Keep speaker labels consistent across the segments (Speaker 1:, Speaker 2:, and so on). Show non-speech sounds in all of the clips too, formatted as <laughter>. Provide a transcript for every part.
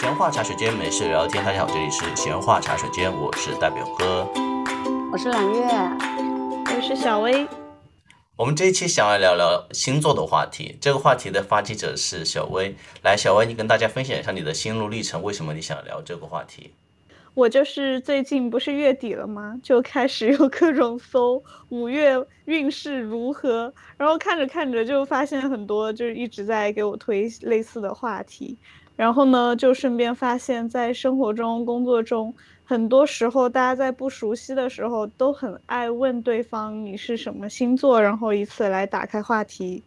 Speaker 1: 闲话茶水间，没事聊天。大家好，这里是闲话茶水间，我是大表哥。
Speaker 2: 我是揽月，
Speaker 3: 我是小薇，
Speaker 1: 我们这一期想要聊聊星座的话题，这个话题的发起者是小薇。来，小薇，你跟大家分享一下你的心路历程，为什么你想聊这个话题？
Speaker 3: 我就是最近不是月底了吗？就开始有各种搜五月运势如何，然后看着看着就发现很多就是一直在给我推类似的话题，然后呢，就顺便发现，在生活中、工作中，很多时候大家在不熟悉的时候都很爱问对方你是什么星座，然后以此来打开话题，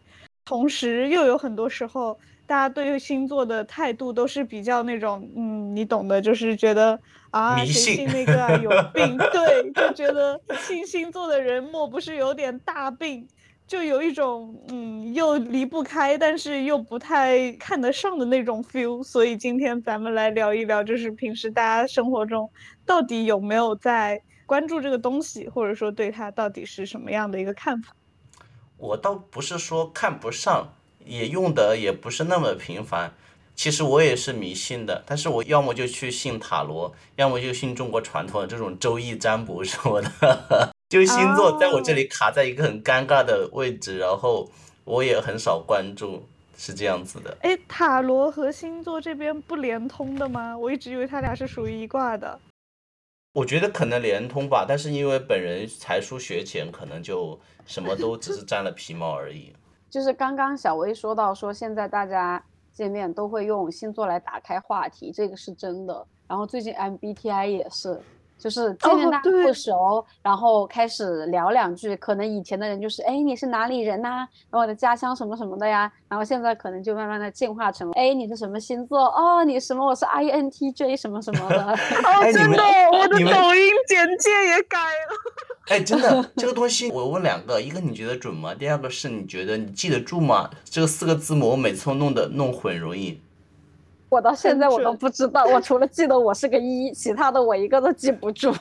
Speaker 3: 同时又有很多时候。大家对于星座的态度都是比较那种，嗯，你懂的，就是觉得啊，
Speaker 1: 迷
Speaker 3: 谁
Speaker 1: 信
Speaker 3: 信那个啊有病，对，就觉得信星座的人莫不是有点大病，就有一种嗯又离不开，但是又不太看得上的那种 feel。所以今天咱们来聊一聊，就是平时大家生活中到底有没有在关注这个东西，或者说对它到底是什么样的一个看法？
Speaker 1: 我倒不是说看不上，也用的也不是那么频繁。其实我也是迷信的，但是我要么就去信塔罗，要么就信中国传统的这种周易占卜什么的。 <laughs> 就星座在我这里卡在一个很尴尬的位置，然后我也很少关注，是这样子的。
Speaker 3: 哎，塔罗和星座这边不连通的吗？我一直以为它俩是属于一卦的。
Speaker 1: 我觉得可能连通吧，但是因为本人才疏学浅，可能就什么都只是占了皮毛而已。
Speaker 2: 就是刚刚小薇说到说，现在大家见面都会用星座来打开话题，这个是真的。然后最近 MBTI 也是，就是见面
Speaker 3: 哦
Speaker 2: 大家
Speaker 3: 对
Speaker 2: 不熟，然后开始聊两句，可能以前的人就是，哎，你是哪里人呐、然后我的家乡什么什么的呀，然后现在可能就慢慢的进化成，哎，你是什么星座？哦，你什么？我是 INTJ 什么什么的。
Speaker 1: 哎
Speaker 3: 哦，
Speaker 1: 你
Speaker 3: 真
Speaker 1: 们
Speaker 3: 的，我的
Speaker 1: 你们
Speaker 3: 抖音简介也改了。
Speaker 1: 哎，真的，这个东西我问两个，一个你觉得准吗？第二个是你觉得你记得住吗？这四个字母我每次都弄的弄混容易。
Speaker 2: 我到现
Speaker 3: 很
Speaker 2: 在我都
Speaker 3: 准
Speaker 2: 不知道，我除了记得我是个一，其他的我一个都记不住。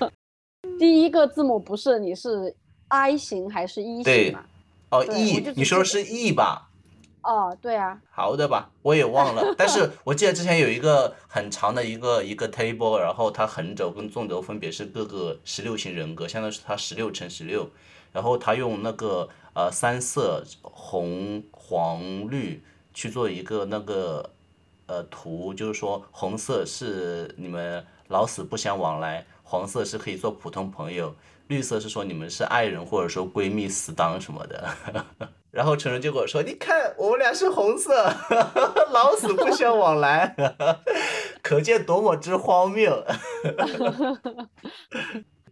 Speaker 2: <laughs> 第一个字母不是你是 I 型还是 E
Speaker 1: 对
Speaker 2: 型嘛？
Speaker 1: 哦
Speaker 2: 对我
Speaker 1: ，E，
Speaker 2: 就
Speaker 1: 你
Speaker 2: 只
Speaker 1: 说
Speaker 2: 记
Speaker 1: 是 E 吧？
Speaker 2: 哦，对啊，
Speaker 1: 好的吧，我也忘了， <laughs> 但是我记得之前有一个很长的一个一个 table，然后它横轴跟纵轴分别是各个十六型人格，相当于是它十六乘十六，然后它用那个呃三色红黄绿去做一个那个呃图，就是说红色是你们老死不相往来，黄色是可以做普通朋友，绿色是说你们是爱人或者说闺蜜死党什么的。然后成人就跟我说：“你看，我们俩是红色， <laughs> 老死不相往来， <laughs> 可见多么之荒谬。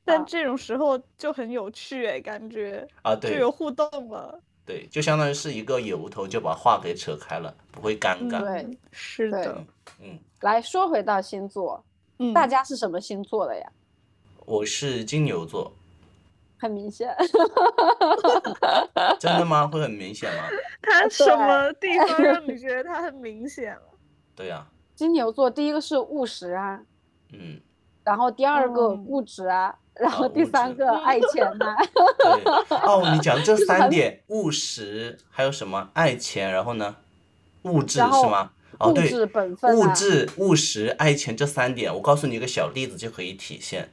Speaker 3: 但这种时候就很有趣哎，感觉”
Speaker 1: 啊，
Speaker 3: 就
Speaker 1: 对
Speaker 3: 有互动了。
Speaker 1: 对，就相当于是一个由头就把话给扯开了，不会尴尬。
Speaker 2: 对
Speaker 3: 嗯，是
Speaker 2: 对
Speaker 3: 的，
Speaker 1: 嗯，
Speaker 2: 来说回到星座，
Speaker 3: 嗯，
Speaker 2: 大家是什么星座的呀？
Speaker 1: 我是金牛座，
Speaker 2: 很明显， <laughs>
Speaker 1: 真的吗？会很明显吗？
Speaker 3: 他什
Speaker 2: 对
Speaker 3: 么地方让你觉得他很明显了？
Speaker 1: 对呀、
Speaker 2: 金牛座第一个是务实啊，
Speaker 1: 嗯，
Speaker 2: 然后第二个
Speaker 3: 嗯
Speaker 2: 固执啊，然
Speaker 1: 啊
Speaker 2: 后第
Speaker 1: 物质
Speaker 2: 三个爱钱啊呐、
Speaker 1: 对。哦，你讲这三点，务实，还有什么爱钱，然后呢，物质是
Speaker 2: 然后
Speaker 1: 吗？哦，
Speaker 2: 固
Speaker 1: 对，
Speaker 2: 执本分
Speaker 1: 物
Speaker 2: 啊。
Speaker 1: 质、务实、爱钱这三点，我告诉你一个小例子就可以体现。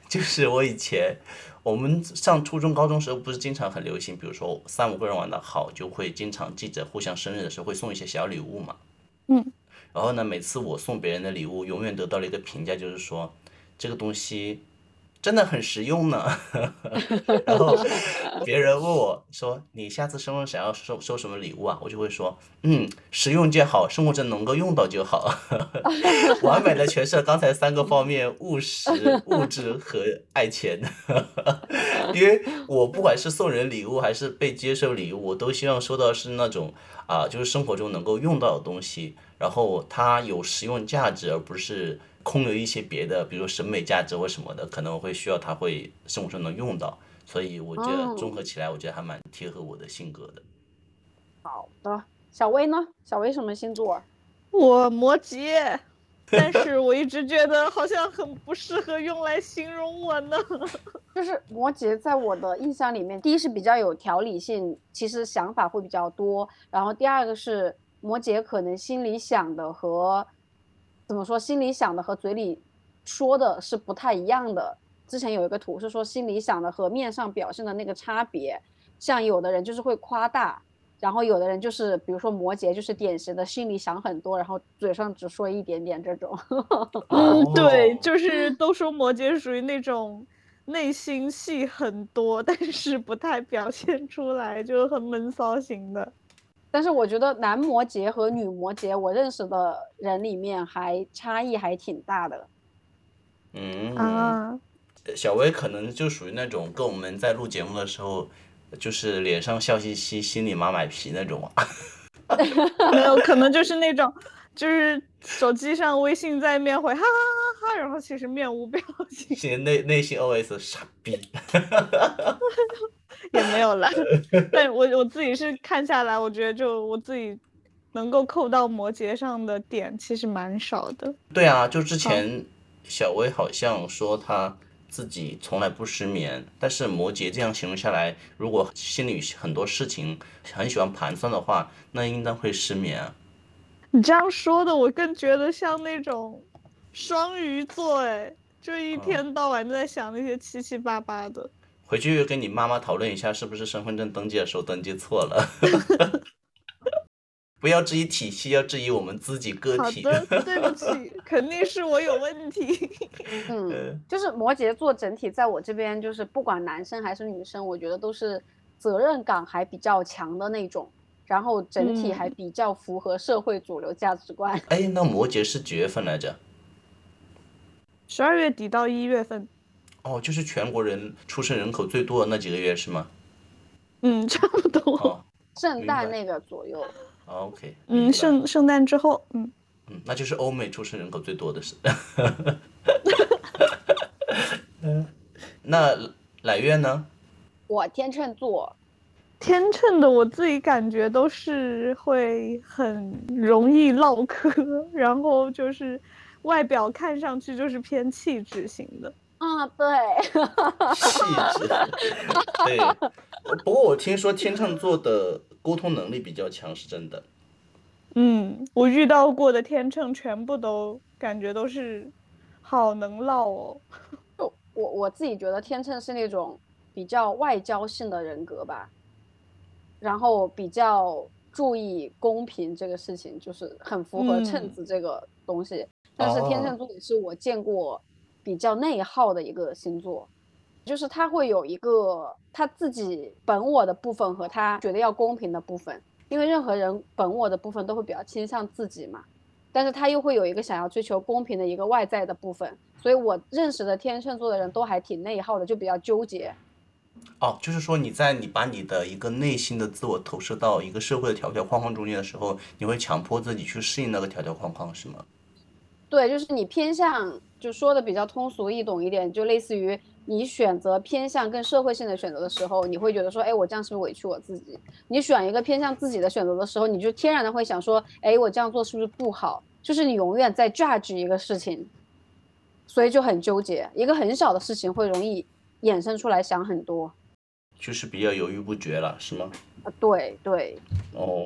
Speaker 1: <laughs> 就是我以前，我们上初中、高中时候不是经常很流行，比如说三五个人玩的好，就会经常记着互相生日的时候会送一些小礼物嘛。
Speaker 3: 嗯。
Speaker 1: 然后呢，每次我送别人的礼物，永远得到了一个评价，就是说这个东西真的很实用呢。 <laughs> 然后别人问我说：“你下次生日想要收收什么礼物啊？”我就会说：“嗯，实用就好，生活中能够用到就好。”完美的诠释了刚才三个方面：务实、物质和爱钱。 <laughs> 因为我不管是送人礼物还是被接受礼物，我都希望收到是那种啊，就是生活中能够用到的东西，然后它有实用价值，而不是空有一些别的，比如审美价值或什么的，可能我会需要它会生活中能用到。所以我觉得
Speaker 2: 哦
Speaker 1: 综合起来，我觉得还蛮贴合我的性格的。
Speaker 2: 好的，小薇呢？小薇什么星座？
Speaker 3: <laughs> 我摩 <laughs> 羯，但是我一直觉得好像很不适合用来形容我呢。
Speaker 2: 就是摩羯，在我的印象里面，第一是比较有条理性，其实想法会比较多；然后第二个是摩羯可能心里想的和怎么说，心里想的和嘴里说的是不太一样的。之前有一个图是说心里想的和面上表现的那个差别，像有的人就是会夸大，然后有的人就是比如说摩羯就是典型的心里想很多，然后嘴上只说一点点这种。
Speaker 3: <laughs> 嗯，
Speaker 1: <laughs>
Speaker 3: 对，
Speaker 1: 哦
Speaker 3: 就是都说摩羯属于那种内心戏很多，但是不太表现出来，就很闷骚型的。
Speaker 2: 但是我觉得男摩羯和女摩羯，我认识的人里面还差异还挺大的。
Speaker 1: 嗯，
Speaker 3: 啊，
Speaker 1: 小薇可能就属于那种跟我们在录节目的时候，就是脸上笑嘻嘻，心里马买皮那种啊。 <laughs>
Speaker 3: 没有，可能就是那种，就是手机上微信在面回哈哈哈哈，然后其实面无表情，
Speaker 1: 心里内内心 OS 傻逼。
Speaker 3: 也没有啦。 <laughs> 但我我自己是看下来，我觉得就我自己能够扣到摩羯上的点其实蛮少的。
Speaker 1: 对啊，就之前小薇好像说她自己从来不失眠，但是摩羯这样形容下来，如果心里很多事情很喜欢盘算的话，那应当会失眠啊。
Speaker 3: 你这样说的，我更觉得像那种双鱼座，哎，就一
Speaker 1: 哦
Speaker 3: 天到晚在想那些七七八八的。
Speaker 1: 回去跟你妈妈讨论一下，是不是身份证登记的时候登记错了。 <laughs> 不要质疑体系，要质疑我们自己个
Speaker 3: 好
Speaker 1: 体。
Speaker 3: 的，对不起，肯定是我有问题。
Speaker 1: <laughs>
Speaker 3: <laughs>
Speaker 1: 呃
Speaker 2: 嗯，就是摩羯座整体在我这边，就是不管男生还是女生，我觉得都是责任感还比较强的那种，然后整体
Speaker 1: 嗯
Speaker 2: 还比较符合社会主流价值观。 <laughs>
Speaker 1: 哎，那摩羯是几月份来着？
Speaker 3: 十二月底到一月份，
Speaker 1: 哦，就是全国人出生人口最多的那几个月是吗？
Speaker 3: 嗯， <laughs> 差不多。
Speaker 1: 哦
Speaker 2: 圣诞
Speaker 1: 明白
Speaker 2: 那个左右，
Speaker 1: 哦，OK，明
Speaker 3: 嗯，
Speaker 1: 白
Speaker 3: 圣圣诞之后，嗯，
Speaker 1: 嗯，那就是欧美出生人口最多的是。 <laughs> 那揽月呢？
Speaker 2: 我天秤座，
Speaker 3: 天秤的我自己感觉都是会很容易唠嗑，然后就是外表看上去就是偏气质型的。
Speaker 2: 啊，对，
Speaker 1: 气质。对，不过我听说天秤座的沟通能力比较强，是真的。
Speaker 3: 嗯，我遇到过的天秤全部都感觉都是好能唠哦。
Speaker 2: 就我我自己觉得天秤是那种比较外交性的人格吧，然后比较注意公平这个事情，就是很符合秤
Speaker 3: 嗯
Speaker 2: 子这个东西。但是天
Speaker 1: 哦
Speaker 2: 秤座也是我见过比较内耗的一个星座，就是他会有一个他自己本我的部分和他觉得要公平的部分，因为任何人本我的部分都会比较倾向自己嘛。但是他又会有一个想要追求公平的一个外在的部分，所以我认识的天秤座的人都还挺内耗的，就比较纠结。
Speaker 1: 哦，就是说你在你把你的一个内心的自我投射到一个社会的条条框框中间的时候，你会强迫自己去适应那个条条框框，是吗？
Speaker 2: 对，就是你偏向，就说的比较通俗易懂一点，就类似于你选择偏向更社会性的选择的时候，你会觉得说，哎，我这样是不是委屈我自己？你选一个偏向自己的选择的时候，你就天然的会想说，哎，我这样做是不是不好？就是你永远在 judge 一个事情，所以就很纠结。一个很小的事情会容易衍生出来想很多。
Speaker 1: 就是比较犹豫不决了，是吗？
Speaker 2: 啊，对对，
Speaker 1: 哦，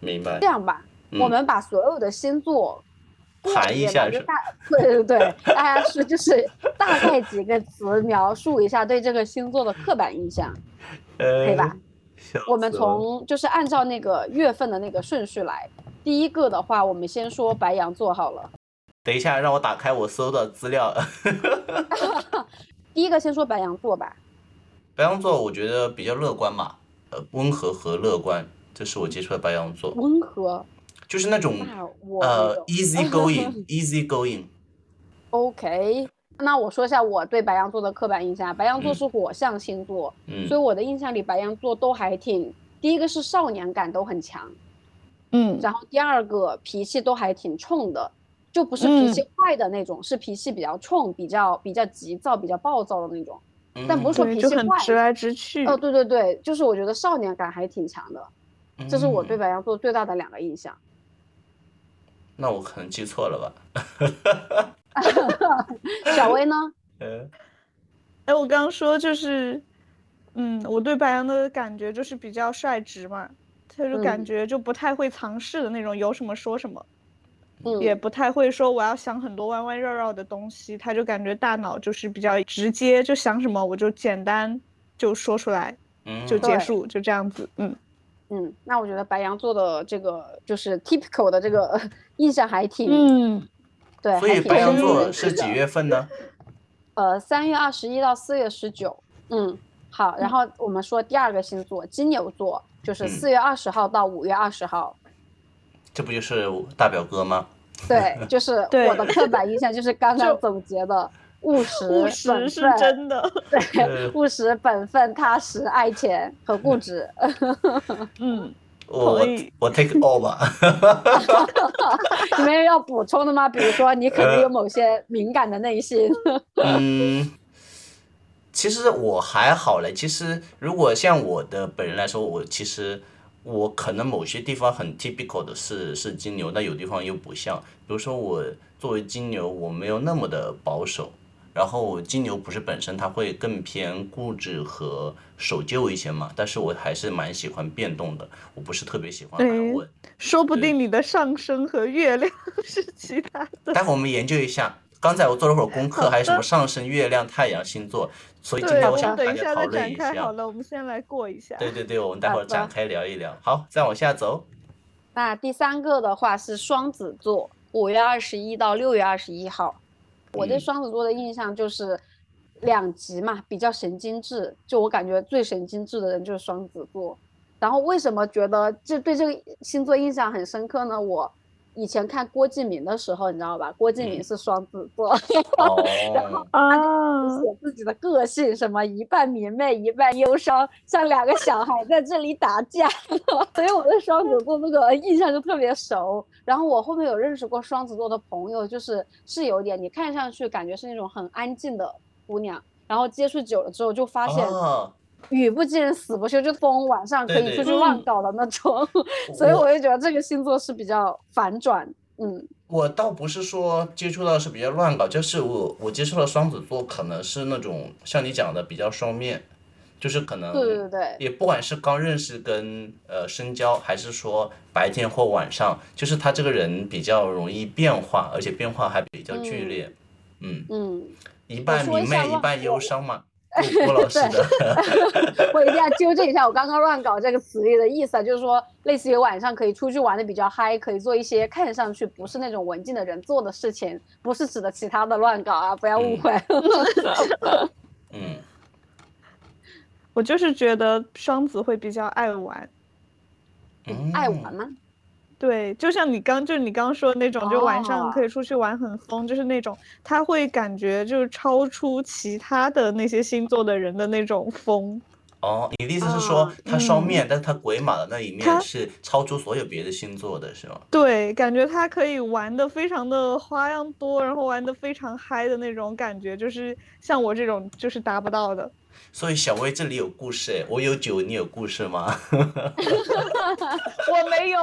Speaker 1: 明白
Speaker 2: 这。样吧，我
Speaker 1: 嗯
Speaker 2: 们把所有的星座过
Speaker 1: 盘一
Speaker 2: 遍
Speaker 1: 下
Speaker 2: 吧就是大对对对，大家是就是大概几个词描述一下对这个星座的刻板印象，可以吧？
Speaker 1: 呃笑
Speaker 2: 我们
Speaker 1: 死了
Speaker 2: 从就是按照那个月份的那个顺序来。第一个的话，我们先说白羊座好了。
Speaker 1: 等一下，让我打开我搜的资料。
Speaker 2: 第一个先说白羊座吧。
Speaker 1: 白羊座我觉得比较乐观嘛，呃，温和和乐观，这是我接触的白羊座，
Speaker 2: 温和，
Speaker 1: 就是那种
Speaker 2: 嗯那我
Speaker 1: 呃
Speaker 2: 没有
Speaker 1: easy
Speaker 2: <laughs>
Speaker 1: going，easy going。
Speaker 2: OK。那我说一下我对白羊座的刻板印象。白羊座
Speaker 1: 嗯
Speaker 2: 是火象星座，
Speaker 1: 嗯
Speaker 2: 所以我的印象里白羊座都还挺，第一个是少年感都很强，
Speaker 3: 嗯
Speaker 2: 然后第二个脾气都还挺冲的，就不是脾气坏的那种，是脾气比较冲、比较比较急躁、比较暴躁的那种。
Speaker 1: 嗯
Speaker 2: 但不是说
Speaker 3: 对，
Speaker 2: 脾
Speaker 3: 就
Speaker 2: 气
Speaker 3: 很
Speaker 2: 坏
Speaker 3: 直来直去。
Speaker 2: 哦，对对对，就是我觉得少年感还挺强的，这是我对
Speaker 1: 嗯
Speaker 2: 白羊座最大的两个印象。
Speaker 1: 那我可能记错了吧？
Speaker 2: 小薇呢？
Speaker 1: 呃，
Speaker 3: 哎，我刚刚说就是，嗯，我对白羊的感觉就是比较率直嘛，他就感
Speaker 2: 嗯
Speaker 3: 觉就不太会藏事的那种，有什么说什么。
Speaker 2: 嗯，
Speaker 3: 也不太会说我要想很多弯弯绕绕的东西，他就感觉大脑就是比较直接，就想什么我就简单就说出来
Speaker 1: 嗯，
Speaker 3: 就
Speaker 2: 对
Speaker 3: 结束，就这样子，嗯。
Speaker 2: 嗯，那我觉得白羊座的这个就是 typical 的这个 <laughs> 呃印象还挺、
Speaker 3: 嗯，
Speaker 2: 对，还
Speaker 1: 所以
Speaker 2: 挺
Speaker 1: 白羊
Speaker 2: 深
Speaker 1: 座
Speaker 2: 的
Speaker 1: 是几月份呢？
Speaker 2: 呃，三月二十一到四月十九。嗯，好，然后我们说第二个星座金牛座，就是
Speaker 1: 嗯
Speaker 2: 四月二十号到五月二十号。
Speaker 1: 这不就是大表哥吗？
Speaker 2: 对，就是
Speaker 3: 对
Speaker 2: 我的刻板印象就是刚
Speaker 3: 就
Speaker 2: 刚总结的务实、
Speaker 3: 务实
Speaker 2: 本
Speaker 3: 是
Speaker 2: 分
Speaker 3: 真的，嗯
Speaker 1: 对呃
Speaker 2: 对，务实、本分、踏实、爱钱和固执。 <laughs>
Speaker 3: 嗯，
Speaker 1: 我我
Speaker 3: 同意
Speaker 1: 我 take all 吧。
Speaker 2: 你们要补充的吗？比如说你可能有某些敏感的内心。
Speaker 1: 嗯，其实我还好嘞。其实如果像我的本人来说，我其实我可能某些地方很 typical 的是是金牛，但有地方又不像。比如说我作为金牛，我没有那么的保守。然后金牛不是本身它会更偏固执和守旧一些嘛，但是我还是蛮喜欢变动的，我不是特别喜欢安
Speaker 3: 对
Speaker 1: 稳。
Speaker 3: 说不
Speaker 1: 对
Speaker 3: 定你的上升和
Speaker 1: <laughs>
Speaker 3: 月亮是其他 <laughs> 的，
Speaker 1: 待会我们研究一下。刚才我做了会儿功课，
Speaker 3: 好
Speaker 1: 还有什么
Speaker 3: 的
Speaker 1: 上升、月亮、太阳星座，所以今
Speaker 3: 对，
Speaker 1: 天
Speaker 3: 我
Speaker 1: 想
Speaker 3: 们
Speaker 1: 大
Speaker 3: 等一
Speaker 1: 家
Speaker 3: 下
Speaker 1: 讨
Speaker 3: 再
Speaker 1: 论
Speaker 3: 展
Speaker 1: 一
Speaker 3: 开好
Speaker 1: 下。
Speaker 3: 了，我们先来过一下，
Speaker 1: 对对对，我们待会儿
Speaker 2: 好
Speaker 1: 展
Speaker 2: 的
Speaker 1: 开聊一聊。好，再往下走。
Speaker 2: 那第三个的话是双子座，五月二十一到六月二十一号。我对
Speaker 1: 嗯
Speaker 2: 双子座的印象就是两极嘛，比较神经质。就我感觉最神经质的人就是双子座。然后为什么觉得这对这个星座印象很深刻呢？我以前看郭敬明的时候，你知道吧？郭敬明
Speaker 1: 嗯
Speaker 2: 是双子座。
Speaker 1: 哦，
Speaker 3: 啊
Speaker 2: 写
Speaker 1: 嗯
Speaker 2: 自己的个性，什么一半明媚，一半忧伤，像两个小孩在这里打架。 <laughs> 所以我对双子座那个印象就特别熟。然后我后面有认识过双子座的朋友，就是是有点你看上去感觉是那种很安静的姑娘，然后接触久了之后就发现
Speaker 1: 哦，
Speaker 2: 语不惊人死不休，就风晚上可
Speaker 1: 对
Speaker 2: 以
Speaker 1: 对嗯
Speaker 2: 出去
Speaker 3: 嗯
Speaker 2: 乱搞的那种。 <laughs> 所以我就觉得这个星座是比较反转，嗯。
Speaker 1: 我倒不是说接触到是比较乱搞，就是我我接触到双子座可能是那种像你讲的比较双面，就是可能
Speaker 2: 对对对
Speaker 1: 也不管是刚认识跟呃深交，还是说白天或晚上，就是他这个人比较容易变化，而且变化还比较剧
Speaker 2: 嗯
Speaker 1: 烈。嗯，
Speaker 2: 嗯，
Speaker 1: 一半
Speaker 2: 说一
Speaker 1: 明
Speaker 2: 下
Speaker 1: 媚，一
Speaker 2: 忘
Speaker 1: 半忧
Speaker 2: 我
Speaker 1: 伤嘛。郭郭老师的
Speaker 2: <laughs> 我一定要纠正一下我刚刚“乱搞”这个词里的意思啊，就是说，类似于晚上可以出去玩的比较嗨，可以做一些看上去不是那种文静的人做的事情，不是指的其他的乱搞啊，不要误会。
Speaker 1: <laughs> 嗯，
Speaker 3: 我就是觉得双子会比较爱玩，
Speaker 1: 嗯，
Speaker 2: 爱玩吗？
Speaker 3: 对，就像你刚就是你刚说的那种，就晚上
Speaker 2: 哦
Speaker 3: 可以出去玩很疯，就是那种他会感觉就是超出其他的那些星座的人的那种疯，
Speaker 1: 哦，你的意思是说
Speaker 2: 啊
Speaker 1: 他双
Speaker 3: 嗯
Speaker 1: 面，但是他鬼马的那一面
Speaker 3: 他
Speaker 1: 是超出所有别的星座的，是吗？
Speaker 3: 对，感觉他可以玩的非常的花样多，然后玩的非常嗨的那种感觉，就是像我这种就是达不到的。
Speaker 1: 所以小薇这里有故事诶，我有酒，你有故事吗？ <laughs>
Speaker 3: 我 <laughs> 没有，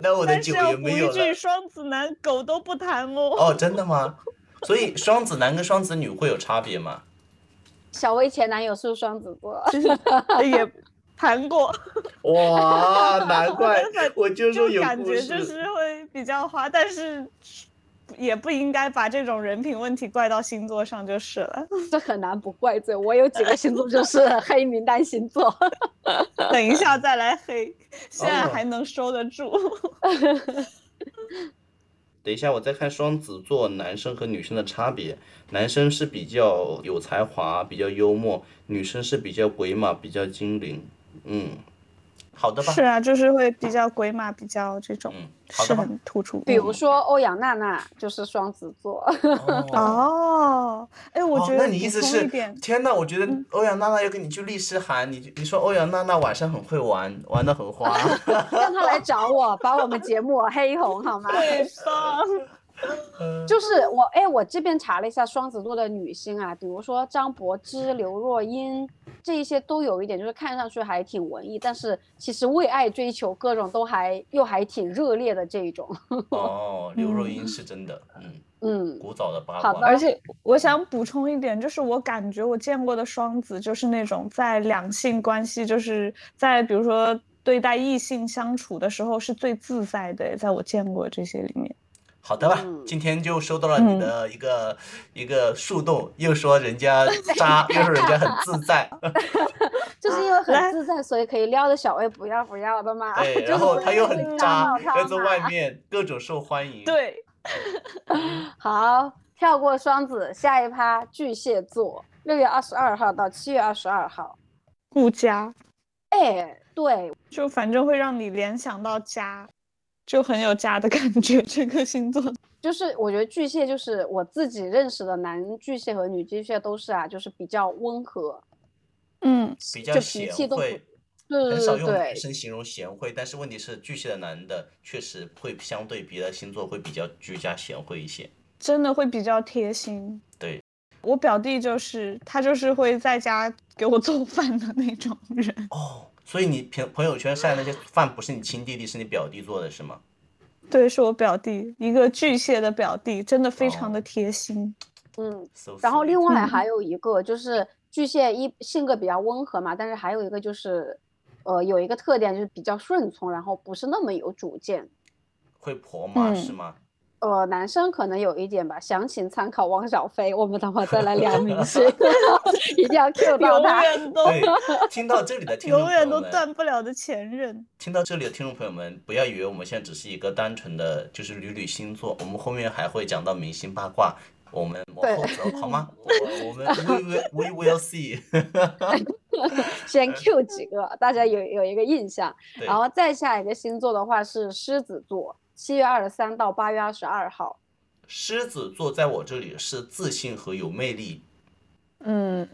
Speaker 1: 那我的
Speaker 3: 但
Speaker 1: 酒
Speaker 3: 是要
Speaker 1: 也
Speaker 3: 补
Speaker 1: 没有
Speaker 3: 一句，
Speaker 1: 了。
Speaker 3: 双子男狗都不谈哦。
Speaker 1: 哦，真的吗？所以双子男跟双子女会有差别吗？
Speaker 2: 小薇前男友是不是双子座？ <laughs>
Speaker 3: 其实 <laughs> 也谈过，
Speaker 1: 哇， <laughs> 难怪
Speaker 3: 反
Speaker 1: 我就
Speaker 3: 就感觉就是会比较花，但是也不应该把这种人品问题怪到星座上就是了。 <laughs>
Speaker 2: 这很难不怪罪。我有几个星座就是黑名单星座。
Speaker 3: 等一下再来黑，现在
Speaker 1: 哦
Speaker 3: 还能收得住。
Speaker 1: 等一下，我再看双子座男生和女生的差别。男生是比较有才华，比较幽默；女生是比较鬼马，比较精灵。嗯，好的吧。
Speaker 3: <laughs> 是啊，就是会比较鬼马，比较这种
Speaker 1: 嗯，好
Speaker 3: 是
Speaker 1: 的吧。
Speaker 3: 很突出。
Speaker 2: <laughs> 比如说欧阳娜娜就是双子座，
Speaker 1: 哦，
Speaker 3: 哦，哎，
Speaker 1: <laughs>
Speaker 3: 我
Speaker 1: 哦
Speaker 3: 觉
Speaker 1: 那
Speaker 3: 得
Speaker 1: 你意
Speaker 3: 补
Speaker 1: 思
Speaker 3: 充
Speaker 1: 是 <laughs>
Speaker 3: 一点，
Speaker 1: 天哪！我觉得欧阳娜娜要跟你去律师函，你你说欧阳娜娜晚上很会玩，玩的很花。 <laughs>
Speaker 2: 让她来找我，把我们节目黑红好吗？
Speaker 3: 对方
Speaker 2: 就是我哎，我这边查了一下双子座的女星啊，比如说张柏芝、
Speaker 1: 嗯
Speaker 2: 刘若英，这一些都有一点，就是看上去还挺文艺，但是其实为爱追求各种都还又还挺热烈的这一种。
Speaker 1: 哦，刘若英是真的，嗯，
Speaker 2: 嗯，
Speaker 1: 古早的八
Speaker 2: 好
Speaker 1: 卦
Speaker 2: 的。
Speaker 3: 而且我想补充一点，就是我感觉我见过的双子，就是那种在两性关系，就是在比如说对待异性相处的时候是最自在的，在我见过这些里面。
Speaker 1: 好的吧，
Speaker 2: 嗯
Speaker 1: 今天就收到了你的一个、一个树洞，又说人
Speaker 2: <laughs>
Speaker 1: 家渣，又说人家很自在，
Speaker 2: 就是因为很自在，所以可以撩着小薇不要不要的嘛。 <laughs>
Speaker 1: 对，
Speaker 2: 就
Speaker 1: 哎
Speaker 2: 是
Speaker 1: 然后
Speaker 2: 不
Speaker 1: 他
Speaker 2: 要
Speaker 1: 又
Speaker 2: 故意
Speaker 1: 很
Speaker 2: 打
Speaker 1: 渣
Speaker 2: 扰，他
Speaker 1: 又在
Speaker 2: 嘛
Speaker 1: 外面各种受欢迎。，
Speaker 3: 对，
Speaker 2: 好，跳过双子，下一趴巨蟹座，六月二十二号到七月二十二号。
Speaker 3: 顾家，
Speaker 2: 哎，对，
Speaker 3: 就反正会让你联想到家，就很有家的感觉。这个星座，
Speaker 2: 就是我觉得巨蟹就是我自己认识的男巨蟹和女巨蟹都是啊，就是比较温和，
Speaker 3: 嗯，
Speaker 1: 比
Speaker 2: 就
Speaker 1: 较
Speaker 2: 脾
Speaker 1: 贤
Speaker 2: 气都不
Speaker 1: 惠，
Speaker 2: 对
Speaker 1: 很
Speaker 2: 对
Speaker 1: 少
Speaker 2: 对
Speaker 1: 用男
Speaker 2: 对，
Speaker 1: 生形容贤惠，但是问题是巨蟹的男的确实会相对别的星座会比较居家贤惠一些。
Speaker 3: 真的会比较贴心。
Speaker 1: 对，
Speaker 3: 我表弟就是他，就是会在家给我做饭的那种人。
Speaker 1: 哦，所以你朋朋友圈晒的那些饭不是你亲弟弟，是你表弟做的是吗？
Speaker 3: 对，是我表弟，一个巨蟹的表弟，真的非常
Speaker 1: 哦
Speaker 3: 的贴心。
Speaker 2: 嗯。
Speaker 1: So
Speaker 2: 然后
Speaker 1: sweet
Speaker 2: 另外
Speaker 3: 嗯
Speaker 2: 还有一个就是巨蟹一性格比较温和嘛，但是还有一个就是，呃，有一个特点就是比较顺从，然后不是那么有主见。
Speaker 1: 会婆妈
Speaker 3: 嗯
Speaker 1: 是吗？
Speaker 2: 呃，男生可能有一点吧，详情参考汪小菲。我们等会儿再来聊明
Speaker 1: <laughs>
Speaker 2: 星， <laughs> 一定要 Q 到
Speaker 3: 永
Speaker 2: 他。
Speaker 3: 远都
Speaker 1: 对，听到这里的听众
Speaker 3: 永
Speaker 1: 朋
Speaker 3: 远
Speaker 1: 友
Speaker 3: 都
Speaker 1: 们，
Speaker 3: 断不了的前任。
Speaker 1: 听到这里的听众朋友们，不要以为我们现在只是一个单纯的就是捋捋星座，我们后面还会讲到明星八卦，我们往
Speaker 2: 对
Speaker 1: 后走好吗？我我们 we will we will see <laughs>
Speaker 2: 先 Q 几个，大家有有一个印象。
Speaker 1: 对。
Speaker 2: 然后再下一个星座的话是狮子座，七月二十三到八月二十二号。
Speaker 1: 狮子座在我这里是自信和有魅力，
Speaker 3: 嗯，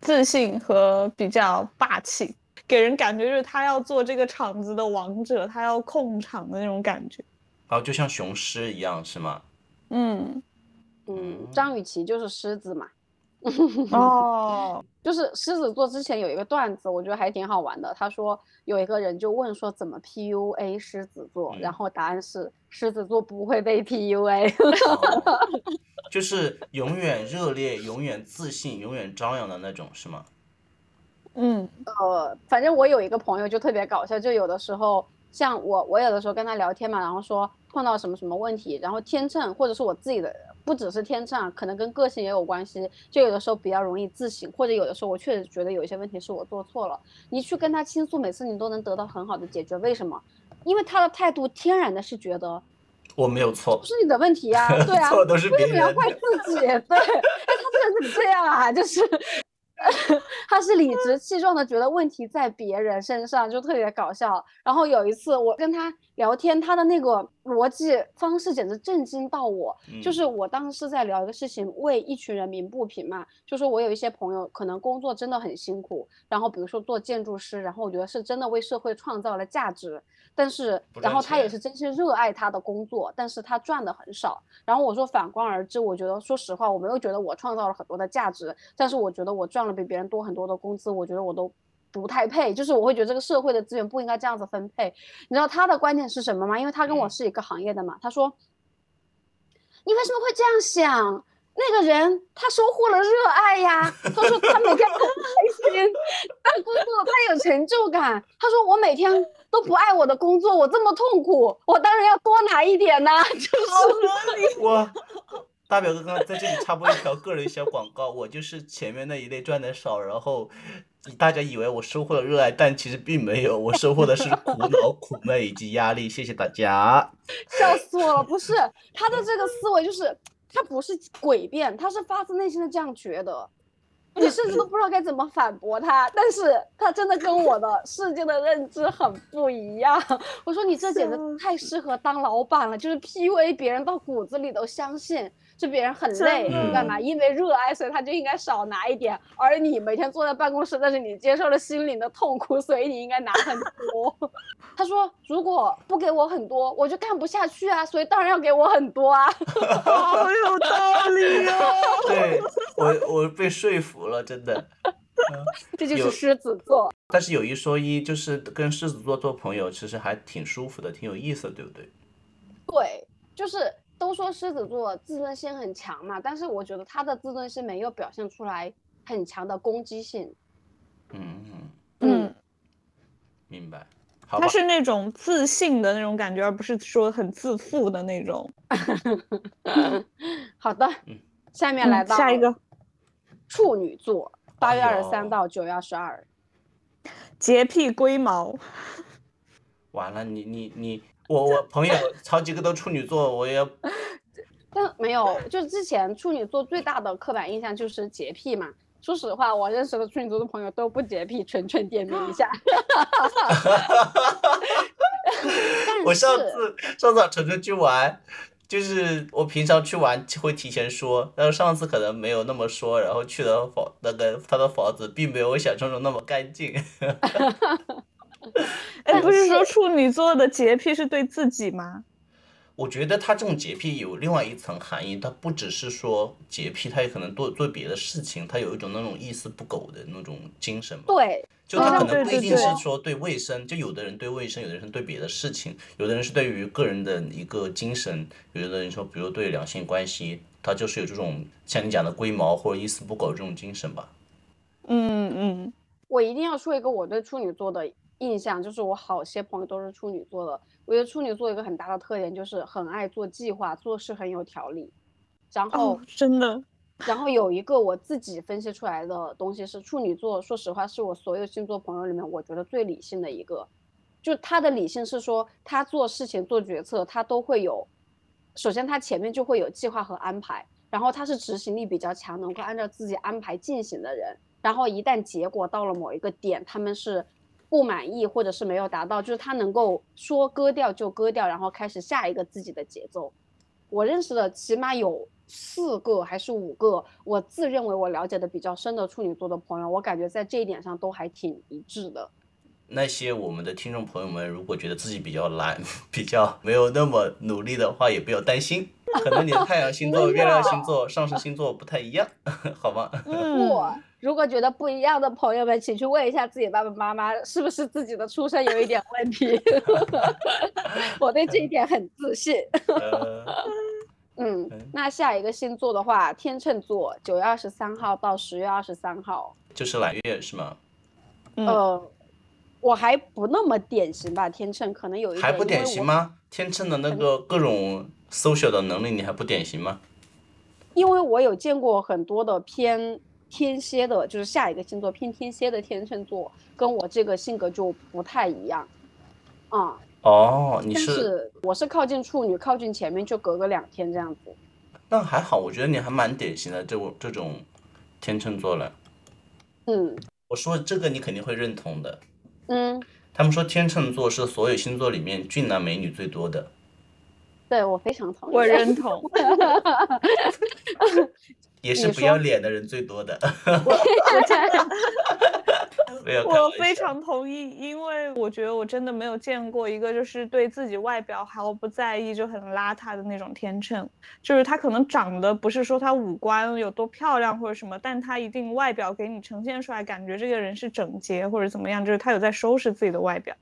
Speaker 3: 自信和比较霸气，给人感觉就是他要做这个场子的王者，他要控场的那种感觉。
Speaker 1: 然后就像雄狮一样，是吗？
Speaker 3: 嗯，
Speaker 2: 嗯
Speaker 1: 嗯，
Speaker 2: 张雨绮就是狮子嘛，
Speaker 3: 哦，
Speaker 2: <laughs> 就是狮子座之前有一个段子，我觉得还挺好玩的。他说有一个人就问说怎么 PUA 狮子座，
Speaker 1: 嗯
Speaker 2: 然后答案是狮子座不会被 PUA。 <laughs>
Speaker 1: 哦就是永远热烈、永远自信、永远张扬的那种，是吗？
Speaker 3: 嗯，
Speaker 2: 呃，反正我有一个朋友就特别搞笑，就有的时候像我，我有的时候跟他聊天嘛，然后说碰到什么什么问题，然后天秤或者是我自己的，不只是天秤啊，可能跟个性也有关系，就有的时候比较容易自省，或者有的时候我确实觉得有一些问题是我做错了，你去跟他倾诉，每次你都能得到很好的解决，为什么？因为他的态度天然的是觉得
Speaker 1: 我没有错
Speaker 2: 不，是你的问题呀、对啊，
Speaker 1: <laughs> 错都是
Speaker 2: 为
Speaker 1: 别
Speaker 2: 什么要
Speaker 1: 人
Speaker 2: 怪
Speaker 1: 的
Speaker 2: 自己？ <laughs> 对，哎，他这个人怎么这样啊？就是 <laughs> 他是理直气壮的觉得问题在别人身上，就特别搞笑。然后有一次我跟他聊天，他的那个逻辑方式简直震惊到我。就
Speaker 1: 嗯
Speaker 2: 是我当时在聊一个事情，为一群人鸣不平嘛，就说我有一些朋友可能工作真的很辛苦，然后比如说做建筑师，然后我觉得是真的为社会创造了价值，但是
Speaker 1: 不
Speaker 2: 然
Speaker 1: 赚
Speaker 2: 后他也
Speaker 1: 钱
Speaker 2: 是真心热爱他的工作，但是他赚的很少。然后我说反观而知，我觉得说实话，我没有觉得我创造了很多的价值，但是我觉得我赚了比别人多很多的工资，我觉得我都。不太配，就是我会觉得这个社会的资源不应该这样子分配。你知道他的观点是什么吗？因为他跟我
Speaker 1: 嗯
Speaker 2: 是一个行业的嘛，他说你为什么会这样想？那个人他收获了热爱呀，他说他每天都很开心，他工作他有成就感。他说我每天都不爱我的工作，我这么痛苦，我当然要多拿一点呐、
Speaker 3: 哦
Speaker 2: 就是
Speaker 1: <laughs> 我大表哥刚刚在这里插播一条个人小广告，我就是前面那一类赚的少，然后大家以为我收获了热爱，但其实并没有，我收获的是苦恼、苦闷以及压力。谢谢大家。
Speaker 2: 笑死我了。不是他的这个思维就是他不是诡辩，他是发自内心的这样觉得。你甚至都不知道该怎么反驳他，但是他真的跟我 <laughs> 的世界的认知很不一样。我说你这简直
Speaker 3: 笑
Speaker 2: 太适合当老板了，就是 PUA 别人到骨子里都相信，就别人很
Speaker 3: 真
Speaker 2: 累，
Speaker 1: 的
Speaker 2: 你干嘛？因为热爱，所以他就应该少拿一点，而你每天坐在办公室，但是你接受了心灵的痛苦，所以你应该拿很多。 <laughs> 他说如果不给我很多，我就干不下去啊，所以当然要给我很多啊。 <laughs>
Speaker 3: 好有道理哦。
Speaker 1: 对我，我被说服了，真的。
Speaker 2: 这就
Speaker 1: 有
Speaker 2: 是狮子座。
Speaker 1: 但是有一说一，就是跟狮子座做朋友，其实还挺舒服的，挺有意思的，对不对？
Speaker 2: 对，就是都说狮子座自尊心很强嘛，但是我觉得他的自尊心没有表现出来很强的攻击性。
Speaker 1: 嗯，
Speaker 3: 嗯，
Speaker 1: 明白。好吧
Speaker 3: 他是那种自信的那种感觉，而不是说很自负的那种。
Speaker 2: <laughs> 好的
Speaker 1: 嗯，
Speaker 2: 下面来
Speaker 3: 嗯
Speaker 2: 到
Speaker 3: 下一个
Speaker 2: 处女座，八月
Speaker 1: 哎
Speaker 2: 二
Speaker 1: 呦
Speaker 2: 十三到九月二十二。
Speaker 3: 洁癖龟毛，
Speaker 1: 完了，你你你，我我朋友好几个都处女座，我也
Speaker 2: 但没有，就之前处女座最大的刻板印象就是洁癖嘛。说实话，我认识的处女座的朋友都不洁癖，纯纯点名一下。 <laughs> <laughs> 但
Speaker 1: 我上
Speaker 2: 是
Speaker 1: 次上次和晨晨去玩，就是我平常去玩会提前说，但是上次可能没有那么说，然后去了房那个他的房子并没有我想象中那么干净。 <laughs>
Speaker 3: 哎，不是说
Speaker 2: 但
Speaker 3: 处女座的洁癖是对自己吗？
Speaker 1: 我觉得他这种洁癖有另外一层含义，他不只是说洁癖，他也可能做做别的事情，他有一种那种一丝不苟的那种精神吧。
Speaker 2: 对，
Speaker 1: 就他
Speaker 3: 啊
Speaker 1: 可能
Speaker 3: 对
Speaker 1: 不
Speaker 3: 对
Speaker 1: 一定是
Speaker 3: 对
Speaker 1: 说对卫生，就有的人对卫生，有的人是对别的事情，有的人是对于个人的一个精神，有的人说，比如对两性关系，他就是有这种像你讲的龟毛或者一丝不苟这种精神吧。
Speaker 3: 嗯嗯，
Speaker 2: 我一定要说一个我对处女座的印象，就是我好些朋友都是处女座的。我觉得处女座有一个很大的特点就是很爱做计划，做事很有条理。然后
Speaker 3: 哦，真的，
Speaker 2: 然后有一个我自己分析出来的东西是处女座，说实话是我所有星座朋友里面我觉得最理性的一个，就他的理性是说他做事情做决策他都会有，首先他前面就会有计划和安排，然后他是执行力比较强，能够按照自己安排进行的人，然后一旦结果到了某一个点，他们是。不满意或者是没有达到，就是他能够说割掉就割掉，然后开始下一个自己的节奏。我认识的起码有四个还是五个，我自认为我了解的比较深的处女座的朋友，我感觉在这一点上都还挺一致的。
Speaker 1: 那些我们的听众朋友们，如果觉得自己比较懒， <laughs> 比较没有那么努力的话，也不要担心，可能你的太阳星座、
Speaker 3: <laughs>
Speaker 2: 真的
Speaker 1: 月亮星座、上升星座不太一样， <laughs> 好吗？
Speaker 3: 嗯，
Speaker 2: 不，如果觉得不一样的朋友们，请去问一下自己爸爸妈妈，是不是自己的出身有一点问题。 <laughs> 我对这一点很自信。
Speaker 1: 呃，
Speaker 2: 嗯
Speaker 1: 嗯，
Speaker 2: 那下一个星座的话，天秤座，九月二十三号到十月二十三号。
Speaker 1: 就是揽月是吗？
Speaker 3: 嗯
Speaker 2: 呃，我还不那么典型吧，天秤可能有一点
Speaker 1: 还不典型？
Speaker 2: 因为我
Speaker 1: 吗？天秤的那个各种 social 的能力，你还不典型吗？
Speaker 2: 因为我有见过很多的偏天蝎的，就是下一个星座偏天蝎的天秤座，跟我这个性格就不太一样。啊、
Speaker 1: 哦，你
Speaker 2: 但
Speaker 1: 是
Speaker 2: 是我是靠近处女，靠近前面就隔个两天这样子。
Speaker 1: 那还好，我觉得你还蛮典型的这种这种天秤座了。
Speaker 2: 嗯
Speaker 1: 我说这个你肯定会认同的。
Speaker 2: 嗯，
Speaker 1: 他们说天秤座是所有星座里面俊男美女最多的，
Speaker 2: 对我非常同意。
Speaker 3: <laughs> <laughs> 我认同。
Speaker 1: 也是
Speaker 2: 你
Speaker 1: 不
Speaker 2: 说
Speaker 1: 要脸的人最
Speaker 2: <laughs>
Speaker 1: 多的。没有开
Speaker 3: 我
Speaker 1: 玩
Speaker 3: 非
Speaker 1: 笑
Speaker 3: 常同意，因为我觉得我真的没有见过一个就是对自己外表毫不在意就很邋遢的那种天秤，就是他可能长得不是说他五官有多漂亮或者什么，但他一定外表给你呈现出来，感觉这个人是整洁或者怎么样，就是他有在收拾自己的外表。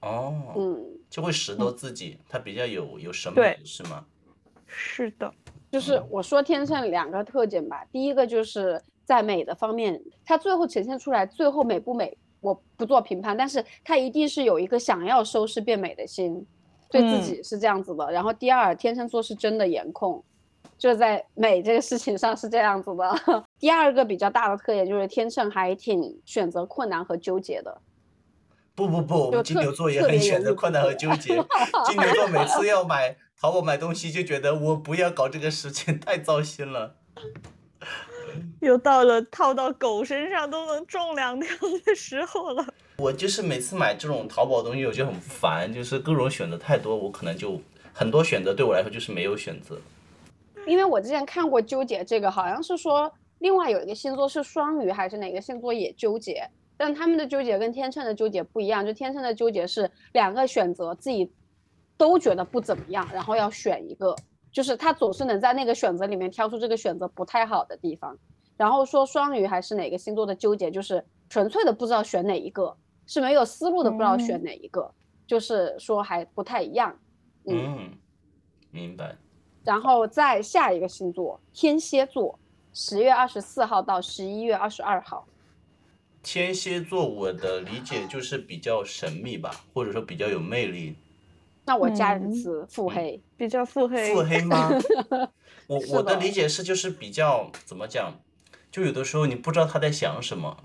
Speaker 1: 哦，
Speaker 2: <laughs> 嗯，
Speaker 1: 就会拾掇自己，他比较有有审美
Speaker 3: 对
Speaker 1: 是吗？
Speaker 3: 是的，
Speaker 2: 就是我说天秤两个特点吧，第一个就是在美的方面，它最后呈现出来最后美不美，我不做评判，但是它一定是有一个想要收拾变美的心，对自
Speaker 3: 嗯
Speaker 2: 己是这样子的。然后第二，天秤座是真的颜控，就是在美这个事情上是这样子的。 <laughs> 第二个比较大的特点就是天秤还挺选择困难和纠结的，
Speaker 1: 不不不，我们
Speaker 2: 就
Speaker 1: 金
Speaker 2: 特
Speaker 1: 牛座也
Speaker 2: 特
Speaker 1: 很
Speaker 2: 别
Speaker 1: 选
Speaker 2: 犹
Speaker 1: 择
Speaker 2: 豫
Speaker 1: 困难和纠结。金牛座每次要买淘宝买东西，就觉得我不要搞这个事情， <laughs> 太糟心了。
Speaker 3: 又到了套到狗身上都能中两条的时候了。
Speaker 1: 我就是每次买这种淘宝东西，我就很烦，就是各种选择太多，我可能就很多选择对我来说就是没有选择。
Speaker 2: 因为我之前看过纠结这个，好像是说另外有一个星座是双鱼还是哪个星座也纠结，但他们的纠结跟天秤的纠结不一样，就天秤的纠结是两个选择自己都觉得不怎么样，然后要选一个，就是他总是能在那个选择里面挑出这个选择不太好的地方。然后说双鱼还是哪个星座的纠结，就是纯粹的不知道选哪一个，是没有思路的不知道选哪一个，就是说还不太一样。嗯
Speaker 1: 嗯，明白。
Speaker 2: 然后再下一个星座天蝎座，十月二十四号到十一月二十二号。
Speaker 1: 天蝎座我的理解就是比较神秘吧，或者说比较有魅力。
Speaker 2: 那我加一
Speaker 3: 嗯
Speaker 2: 个词，腹黑。
Speaker 3: 比较腹黑
Speaker 1: 腹，黑
Speaker 2: <laughs>
Speaker 1: 吗？我
Speaker 2: 是
Speaker 1: 我的
Speaker 2: 的
Speaker 1: 理解是就是比较怎么讲，就有的时候你不知道他在想什么，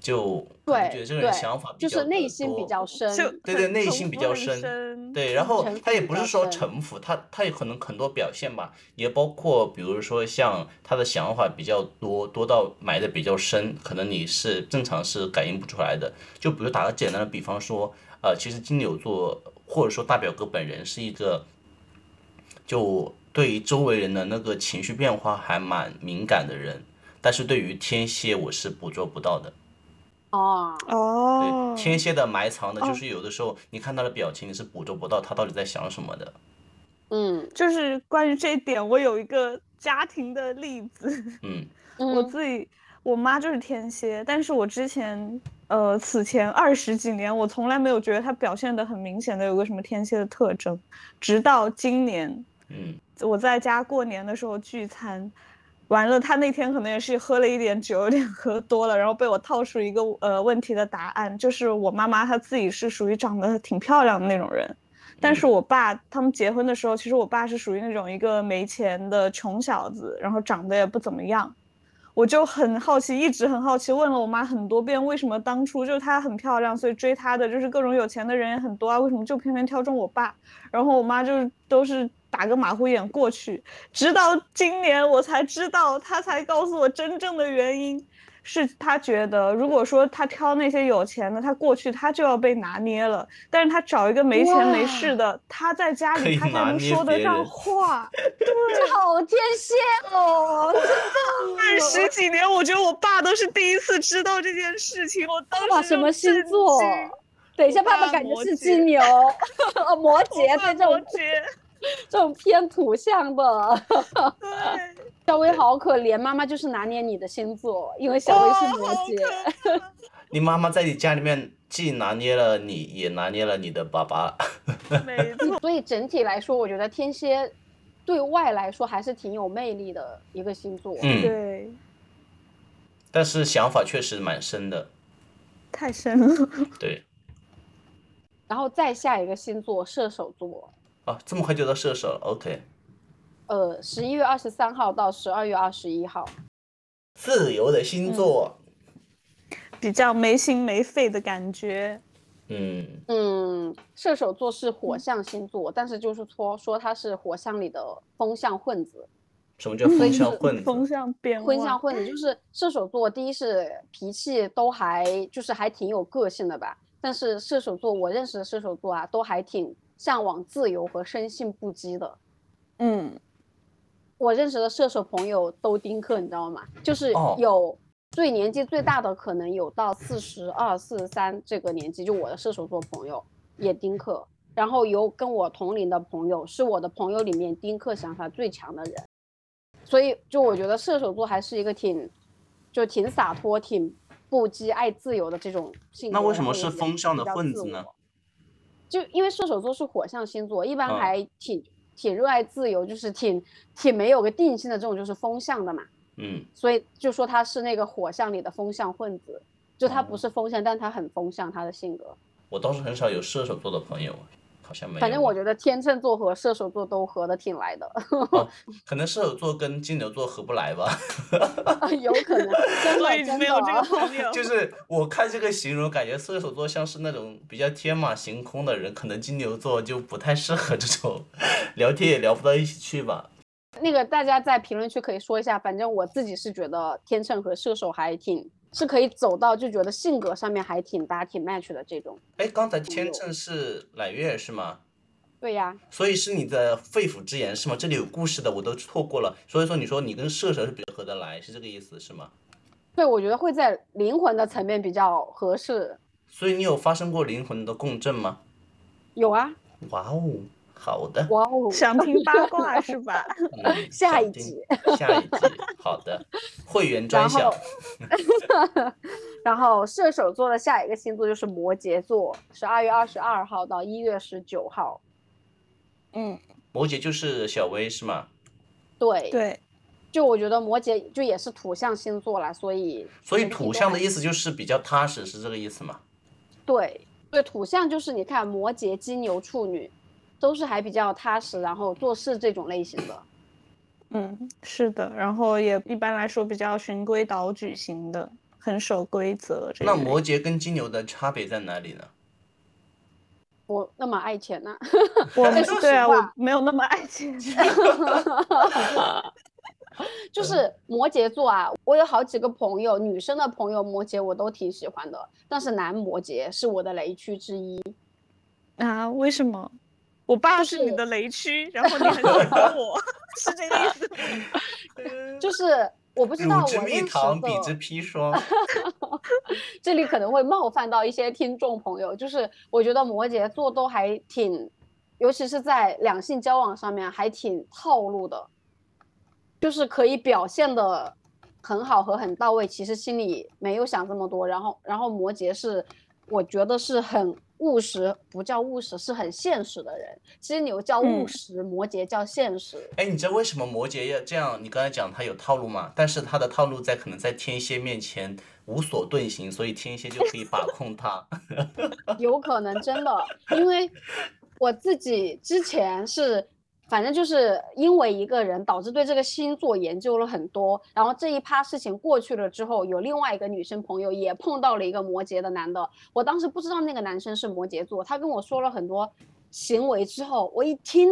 Speaker 1: 就可能
Speaker 2: 对
Speaker 1: 觉得这个人
Speaker 2: 对
Speaker 1: 想法比
Speaker 2: 就是
Speaker 1: 较
Speaker 2: 内
Speaker 1: 得
Speaker 2: 心比
Speaker 1: 多
Speaker 2: 较深，
Speaker 3: 就
Speaker 1: 对对
Speaker 3: 很
Speaker 1: 内
Speaker 3: 城
Speaker 1: 心比
Speaker 3: 府
Speaker 1: 较
Speaker 3: 很
Speaker 1: 深
Speaker 3: 深
Speaker 1: 对，然后
Speaker 2: 臣
Speaker 1: 他也
Speaker 2: 服
Speaker 1: 不
Speaker 2: 比
Speaker 1: 是
Speaker 2: 较
Speaker 1: 说
Speaker 2: 深
Speaker 1: 臣服，他他有可能很多表现吧，也包括比如说像他的想法比较多，多到埋的比较深，可能你是正常是感应不出来的。就比如打个简单的比方说，呃，其实金牛座或者说大表哥本人是一个，就对于周围人的那个情绪变化还蛮敏感的人，但是对于天蝎我是捕捉不到的。
Speaker 2: 哦，
Speaker 3: 哦
Speaker 1: 对，，天蝎的埋藏的就
Speaker 3: 哦
Speaker 1: 是有的时候你看他的表情，你是捕捉不到他到底在想什么的。
Speaker 2: 嗯
Speaker 3: 就是关于这一点，我有一个家庭的例子， <laughs>
Speaker 1: 嗯
Speaker 3: 我
Speaker 2: 嗯
Speaker 3: 自己，我妈就是天蝎，但是我之前，呃，此前二十几年，我从来没有觉得她表现得很明显的有个什么天蝎的特征，直到今年
Speaker 1: 嗯
Speaker 3: 我在家过年的时候聚餐，完了，他那天可能也是喝了一点酒，有点 <laughs> 喝多了，然后被我套出一个呃问题的答案，就是我妈妈她自己是属于长得挺漂亮的那种人，但是我爸他们结婚的时候，其实我爸是属于那种一个没钱的穷小子，然后长得也不怎么样。我就很好奇，一直很好奇，问了我妈很多遍，为什么当初就是她很漂亮，所以追她的就是各种有钱的人也很多啊，为什么就偏偏挑中我爸？然后我妈就是都是打个马虎眼过去，直到今年我才知道，她才告诉我真正的原因，是她觉得如果说她挑那些有钱的，她过去她就要被拿捏了，但是她找一个没钱没势的，她在家
Speaker 1: 可以
Speaker 3: 里她才
Speaker 1: 拿
Speaker 3: 能
Speaker 1: 捏
Speaker 3: 说得
Speaker 1: 别
Speaker 3: 上
Speaker 1: 人
Speaker 3: 话。
Speaker 2: 这好天蝎
Speaker 3: <laughs>
Speaker 2: 哦，
Speaker 3: 二十几年，我觉得我爸都是第一次知道这件事情，我当
Speaker 2: 爸爸
Speaker 3: 时
Speaker 2: 什
Speaker 3: 就
Speaker 2: 么星
Speaker 3: 震
Speaker 2: 座
Speaker 3: 惊？
Speaker 2: 等一下，
Speaker 3: 我
Speaker 2: 爸爸
Speaker 3: 爸
Speaker 2: 感觉
Speaker 3: 摩
Speaker 2: 是
Speaker 3: 羯
Speaker 2: 金
Speaker 3: <laughs>
Speaker 2: 牛，哦，摩羯，
Speaker 3: 我爸
Speaker 2: 对这种
Speaker 3: 摩
Speaker 2: <laughs>
Speaker 3: 羯，
Speaker 2: 这种偏土象的， <laughs>
Speaker 3: 对，
Speaker 2: 小薇好可怜，妈妈就是拿捏你的星座，因为 <laughs> 小薇是摩
Speaker 3: 哇哦好
Speaker 2: 羯，
Speaker 3: 可
Speaker 1: 你妈妈在你家里面既拿捏了你，也拿捏了你的爸爸。
Speaker 2: <laughs>
Speaker 3: 没错，
Speaker 2: 所以整体来说，我觉得天蝎对外来说还是挺有魅力的一个星座。
Speaker 1: 嗯，
Speaker 3: 对，
Speaker 1: 但是想法确实蛮深的。
Speaker 3: 太深了。
Speaker 1: 对
Speaker 2: 然后再下一个星座射手座，
Speaker 1: 啊，这么快就到射手了，OK。
Speaker 2: 呃，十一月二十三号到十二月二十一号，
Speaker 1: 自由的星座，
Speaker 3: 比较没心没肺的感觉，
Speaker 1: 嗯，
Speaker 2: 嗯，射手座是火象星座，但是就是说说它是火象里的风象混子。
Speaker 1: 什么叫风象
Speaker 2: 嗯
Speaker 1: 混
Speaker 3: 风
Speaker 1: 子？
Speaker 3: 向变
Speaker 2: 婚相
Speaker 3: 化，
Speaker 2: 混子就是射手座，第一是脾气都还就是还挺有个性的吧，但是射手座我认识的射手座啊，都还挺向往自由和生性不羁的。
Speaker 3: 嗯，
Speaker 2: 我认识的射手朋友都丁克，你知道吗？就是
Speaker 1: 哦
Speaker 2: 有最年纪最大的可能有到四十二、四十三这个年纪，就我的射手座朋友也丁克，然后有跟我同龄的朋友，是我的朋友里面丁克想法最强的人，所以就我觉得射手座还是一个挺就挺洒脱、挺不羁、爱自由的这种性格。
Speaker 1: 那为什么
Speaker 2: 然后也
Speaker 1: 是
Speaker 2: 比
Speaker 1: 风象的
Speaker 2: 比较
Speaker 1: 混
Speaker 2: 自
Speaker 1: 子呢
Speaker 2: 我？就因为射手座是火象星座，一般
Speaker 1: 嗯
Speaker 2: 还挺、挺热爱自由，就是挺挺没有个定性的这种，就是风象的嘛。
Speaker 1: 嗯，
Speaker 2: 所以就说他是那个火象里的风象混子，就他不
Speaker 1: 哦
Speaker 2: 是风象，但他很风象，他的性格。
Speaker 1: 我倒是很少有射手座的朋友，好像没有。
Speaker 2: 反正我觉得天秤座和射手座都合得挺来
Speaker 3: <laughs>
Speaker 2: 的，
Speaker 1: 可能射手座跟金牛座合不来吧。
Speaker 2: 有可能真
Speaker 3: <laughs> 我
Speaker 2: 的
Speaker 3: 一直
Speaker 2: 真
Speaker 3: 没
Speaker 2: 的啊
Speaker 3: 有这个朋 <laughs>
Speaker 1: <laughs>
Speaker 3: 友，
Speaker 1: 就是我看这个形容，感觉射手座像是那种比较天马行空的人，可能金牛座就不太适合这种，聊天也聊不到一起去吧。
Speaker 2: 那个大家在评论区可以说一下，反正我自己是觉得天秤和射手还挺是可以走到就觉得性格上面还挺搭挺 match 的这种。
Speaker 1: 哎，刚才
Speaker 2: 金
Speaker 1: 天
Speaker 2: 牛
Speaker 1: 秤是揽月是吗？
Speaker 2: 对呀、
Speaker 1: 所以是你的肺腑之言是吗？这里有故事的，我都错过了。所以说，你说你跟射手是比较合得来，是这个意思是吗？
Speaker 2: 对，我觉得会在灵魂的层面比较合适。
Speaker 1: 所以你有发生过灵魂的共振吗？
Speaker 2: 有啊，
Speaker 1: 哇哦，好的，
Speaker 2: 哇哦，
Speaker 3: 想听八
Speaker 2: <laughs>
Speaker 3: 卦是吧？
Speaker 1: 嗯，
Speaker 2: 下
Speaker 1: 想
Speaker 2: 一
Speaker 1: 听
Speaker 2: 集，
Speaker 1: 下一集，好
Speaker 2: <laughs>
Speaker 1: 的，会员专
Speaker 2: 然
Speaker 1: 享
Speaker 2: 后，然后射手座的下一个星座就是摩羯座，十二月二十二号到一月十九号。
Speaker 3: <laughs> 嗯，
Speaker 1: 摩羯就是小薇是吗？
Speaker 2: 对，
Speaker 3: 对，
Speaker 2: 就我觉得摩羯就也是土象星座啦，所以
Speaker 1: 所以
Speaker 2: 整体
Speaker 1: 土
Speaker 2: 都
Speaker 1: 象的
Speaker 2: 还
Speaker 1: 意思就是比较踏实，是这个意思吗？
Speaker 2: 对对，土象就是你看摩羯、金牛、处女，都是还比较踏实，然后做事这种类型的。
Speaker 3: 嗯，是的，然后也一般来说比较循规蹈矩型的，很守规则这一类。
Speaker 1: 那摩羯跟金牛的差别在哪里呢？
Speaker 2: 我那么爱钱呐、
Speaker 3: 我
Speaker 2: 但
Speaker 3: 们
Speaker 2: 说
Speaker 3: 对
Speaker 2: 实
Speaker 3: 啊，我
Speaker 2: 话
Speaker 3: 没有那么爱钱。 <laughs>
Speaker 1: 嗯
Speaker 2: 就是摩羯座啊，我有好几个朋友，女生的朋友摩羯我都挺喜欢的，但是男摩羯是我的雷区之一。
Speaker 3: 啊？为什么？我爸是
Speaker 2: 是
Speaker 3: 你的雷区，然后你很喜欢我，是这个意思 <laughs> 吗？
Speaker 2: 嗯就是我不知道
Speaker 1: 乳
Speaker 2: 我
Speaker 1: 之哎蜜
Speaker 2: 认识
Speaker 1: 糖，彼之
Speaker 2: 的，
Speaker 1: 砒霜。
Speaker 2: <laughs> 这里可能会冒犯到一些听众朋友，就是我觉得摩羯座都还挺，尤其是在两性交往上面还挺套路的，就是可以表现的很好和很到位，其实心里没有想这么多。然后，然后摩羯是，我觉得是很务实，不叫务实，是很现实的人。金牛叫务
Speaker 3: 嗯
Speaker 2: 实，摩羯叫现实。
Speaker 1: 哎，你知道为什么摩羯要这样？你刚才讲他有套路嘛，但是他的套路在可能在天蝎面前无所遁形，所以天蝎就可以把控他。
Speaker 2: 有可能真的，因为我自己之前是，反正就是因为一个人导致对这个星座研究了很多，然后这一趴事情过去了之后，有另外一个女生朋友也碰到了一个摩羯的男的，我当时不知道那个男生是摩羯座，他跟我说了很多行为之后，我一听。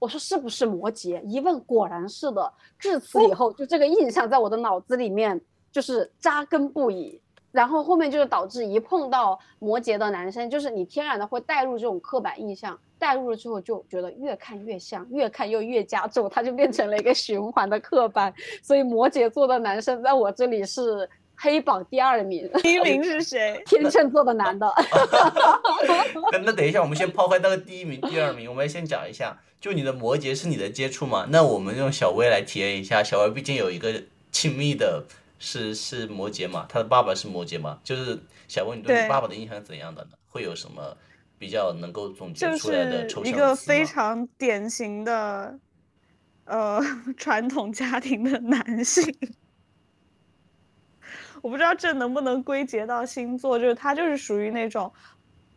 Speaker 2: 我说是不是摩羯？一问果然是的。至此以后，就这个印象在我的脑子里面就是扎根不已。然后后面就是导致一碰到摩羯的男生，就是你天然的会带入这种刻板印象，带入了之后就觉得越看越像，越看又越加重，它就变成了一个循环的刻板。所以摩羯座的男生在我这里是黑榜第二名， <laughs>
Speaker 3: 第一名是谁？
Speaker 2: 天秤座的男的。 <laughs>
Speaker 1: 那那等一下，我们先抛开那个第一名、第二名，我们先讲一下，就你的摩羯是你的接触嘛？那我们用小薇来体验一下，小薇毕竟有一个亲密的是是摩羯嘛，她的爸爸是摩羯嘛，就是小薇，你对你
Speaker 3: 对
Speaker 1: 爸爸的印象是怎样的呢？会有什么比较能够总结
Speaker 3: 就
Speaker 1: 出来的
Speaker 3: 是
Speaker 1: 抽象
Speaker 3: 一
Speaker 1: 词
Speaker 3: 个
Speaker 1: 吗
Speaker 3: 非常典型的，呃， <laughs> 传统家庭的男性。 <laughs> 我不知道这能不能归结到星座，就是他就是属于那种，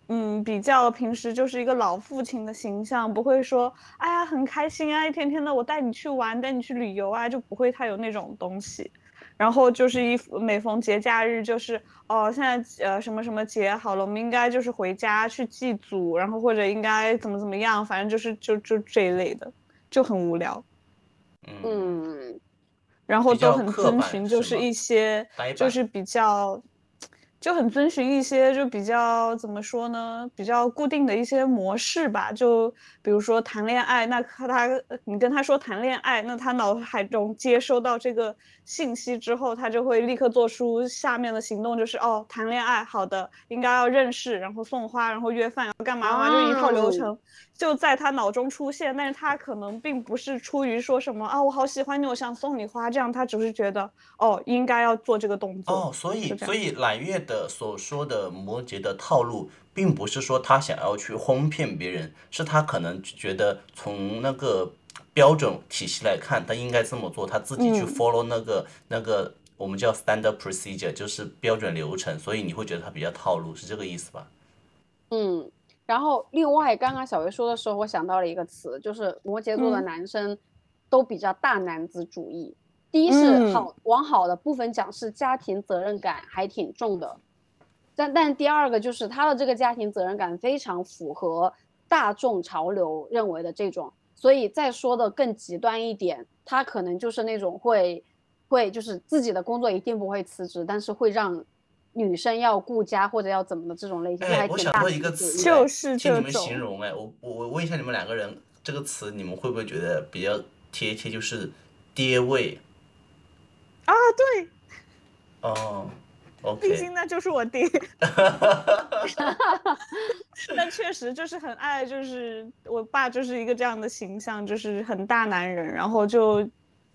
Speaker 3: 嗯，比较平时就是一个老父亲的形象，不会说，哎呀，很开心啊，一天天的我带你去玩，带你去旅游啊，就不会太有那种东西。然后就是一每逢节假日就是哦，现在呃什么什么节好了，我们应该就是回家去祭祖，然后或者应该怎么怎么样，反正就是就就这一类的，就很无聊。
Speaker 1: 嗯，
Speaker 2: 嗯，
Speaker 3: 然后
Speaker 1: 比较
Speaker 3: 都很
Speaker 1: 刻
Speaker 3: 遵
Speaker 1: 板
Speaker 3: 循，
Speaker 1: 是
Speaker 3: 就是
Speaker 1: 吗
Speaker 3: 一些
Speaker 1: 呆
Speaker 3: 就
Speaker 1: 板
Speaker 3: 是比较，就很遵循一些就比较怎么说呢，比较固定的一些模式吧。就比如说谈恋爱，那可他你跟他说谈恋爱，那他脑海中接收到这个信息之后，他就会立刻做出下面的行动，就是哦，谈恋爱，好的，应该要认识，然后送花，然后约饭，然后干嘛干嘛，啊就一套流
Speaker 2: 哦
Speaker 3: 程。就在他脑中出现，但是他可能并不是出于说什么啊，我好喜欢你，我想送你花这样，他只是觉得哦，应该要做这个动作。
Speaker 1: 哦，所以
Speaker 3: 就这
Speaker 1: 所以揽月的所说的摩羯的套路，并不是说他想要去哄骗别人，是他可能觉得从那个标准体系来看，他应该这么做，他自己去
Speaker 3: 嗯
Speaker 1: follow 那个那个我们叫 standard procedure，就是标准流程，所以你会觉得他比较套路，是这个意思吧？
Speaker 2: 嗯，然后另外，刚刚小维说的时候，我想到了一个词，就是摩羯座的
Speaker 3: 嗯
Speaker 2: 男生都比较大男子主义。第一是
Speaker 3: 嗯
Speaker 2: 好往好的部分讲，是家庭责任感还挺重的，但但第二个就是他的这个家庭责任感非常符合大众潮流认为的这种，所以再说的更极端一点，他可能就是那种会会就是自己的工作一定不会辞职，但是会让女生要顾家或者要怎么的这种类型，他
Speaker 1: 哎
Speaker 2: 还，
Speaker 1: 我
Speaker 2: 挺
Speaker 1: 想
Speaker 2: 大
Speaker 1: 到
Speaker 2: 男
Speaker 1: 一个
Speaker 2: 子主义
Speaker 1: 词，
Speaker 2: 的
Speaker 3: 就
Speaker 1: 哎
Speaker 3: 是
Speaker 1: 听你
Speaker 3: 这
Speaker 1: 们形
Speaker 3: 种
Speaker 1: 容，哎，我我我问一下你们两个人，这个词你们会不会觉得比较贴切，就是爹味？
Speaker 3: 啊，对，
Speaker 1: 哦
Speaker 3: 毕
Speaker 1: ，OK。
Speaker 3: 竟那就是我爹。 <laughs> 但确实就是很爱，就是我爸就是一个这样的形象，就是很大男人，然后就。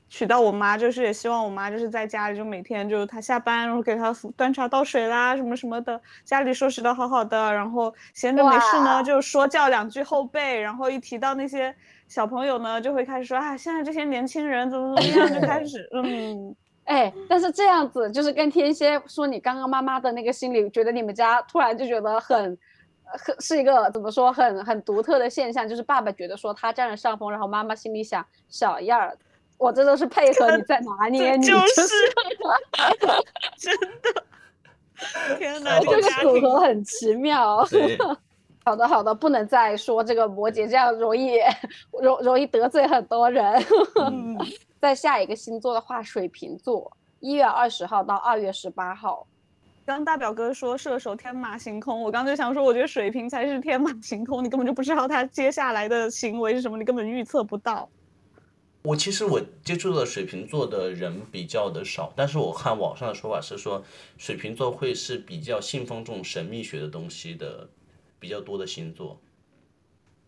Speaker 3: 娶到我妈，就是也希望我妈就是在家里，就每天就是她下班，然后给她扶端茶倒水啦，什么什么的，家里收拾的好好的，然后闲着没事呢
Speaker 2: 哇
Speaker 3: 就说教两句后辈，然后一提到那些小朋友呢就会开始说啊，现在这些年轻人怎么怎么样，就开始嗯，
Speaker 2: 哎，但是这样子就是跟天蝎说你刚刚妈妈的那个心理，觉得你们家突然就觉得很，呃很是一个怎么说很很独特的现象，就是爸爸觉得说他占了上风，然后妈妈心里想小样儿，我这都是配合你在拿捏
Speaker 3: 这
Speaker 2: 你，
Speaker 3: 就是真 <laughs> 的，天哪，
Speaker 1: 好
Speaker 3: 这
Speaker 2: 这
Speaker 3: 个
Speaker 2: 个
Speaker 3: 家
Speaker 2: 组
Speaker 3: 庭 <laughs>
Speaker 2: 合很奇妙。
Speaker 1: 对，
Speaker 2: 好的好的，不能再说这个摩羯，这样容易容容易得罪很多人。 <laughs>
Speaker 1: 嗯，
Speaker 2: 再下一个星座的话，水瓶座，一月二十号到二月十八号。
Speaker 3: 刚大表哥说射手天马行空，我刚就想说，我觉得水瓶才是天马行空，你根本就不知道他接下来的行为是什么，你根本预测不到。
Speaker 1: 我其实我接触的水瓶座的人比较的少，但是我看网上的说法是说，水瓶座会是比较信奉这种神秘学的东西的比较多的星座，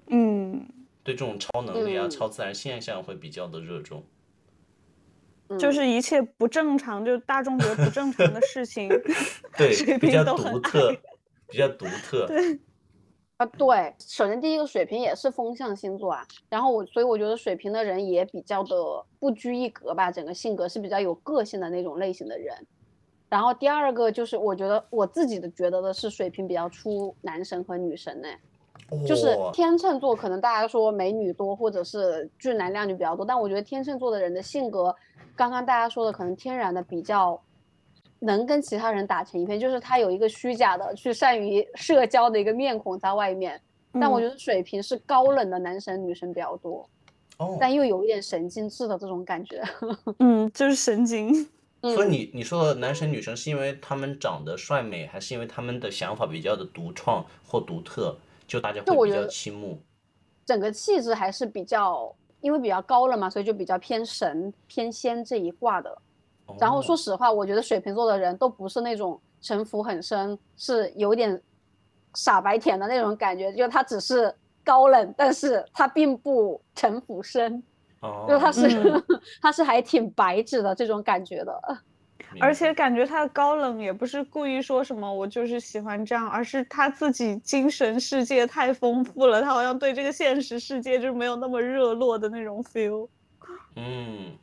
Speaker 3: 嗯，
Speaker 1: 对这种超能力啊、
Speaker 2: 嗯
Speaker 1: 超自然现象会比较的热
Speaker 2: <laughs>
Speaker 1: 衷。，
Speaker 2: 嗯
Speaker 3: 就是一切不正常，就大众觉得不正常的事 <laughs> 情
Speaker 1: 对，
Speaker 3: 水
Speaker 1: 比
Speaker 3: 瓶
Speaker 1: 较
Speaker 3: 都很
Speaker 1: 独
Speaker 3: 爱
Speaker 1: 特，比较独
Speaker 2: <laughs>
Speaker 1: 特。
Speaker 3: 对，
Speaker 2: 啊，对，首先第一个水瓶也是风象星座啊，然后我所以我觉得水瓶的人也比较的不拘一格吧，整个性格是比较有个性的那种类型的人。然后第二个就是我觉得我自己的觉得的是水瓶比较出男神和女神呢、就是
Speaker 1: 哇
Speaker 2: 天秤座，可能大家说美女多，或者是俊男靓女比较多，但我觉得天秤座的人的性格，刚刚大家说的可能天然的比较能跟其他人打成一片，就是他有一个虚假的去善于社交的一个面孔在外面。但我觉
Speaker 1: 嗯
Speaker 3: 得
Speaker 2: 得水瓶是高冷的男神女神比较多，
Speaker 1: 哦，
Speaker 2: 但又有一点神经质的这种感觉。
Speaker 3: 嗯，就是神经，
Speaker 1: <laughs> 所以
Speaker 2: 嗯，
Speaker 1: 你你说的男神女神是因为他们长得帅美，还是因为他们的想法比较的独创或独特，就大家
Speaker 2: 就我
Speaker 1: 会比
Speaker 2: 觉
Speaker 1: 较
Speaker 2: 得
Speaker 1: 倾慕？
Speaker 2: 整个气质还是比较，因为比较高冷嘛，所以就比较偏神偏仙这一挂的。然后
Speaker 1: 哦
Speaker 2: 说实话，我觉得水瓶座的人都不是那种城府很深，是有点傻白甜的那种感觉，就是他只是高冷，但是他并不城府深，
Speaker 1: 哦，
Speaker 2: 就是他是、
Speaker 3: 嗯
Speaker 2: <laughs> 他是还挺白纸的这种感觉的。
Speaker 1: 明
Speaker 3: 而
Speaker 1: 白
Speaker 3: 且感觉他的高冷也不是故意说什么我就是喜欢这样，而是他自己精神世界太丰富了，他好像对这个现实世界就是没有那么热络的那种 feel。
Speaker 1: 嗯，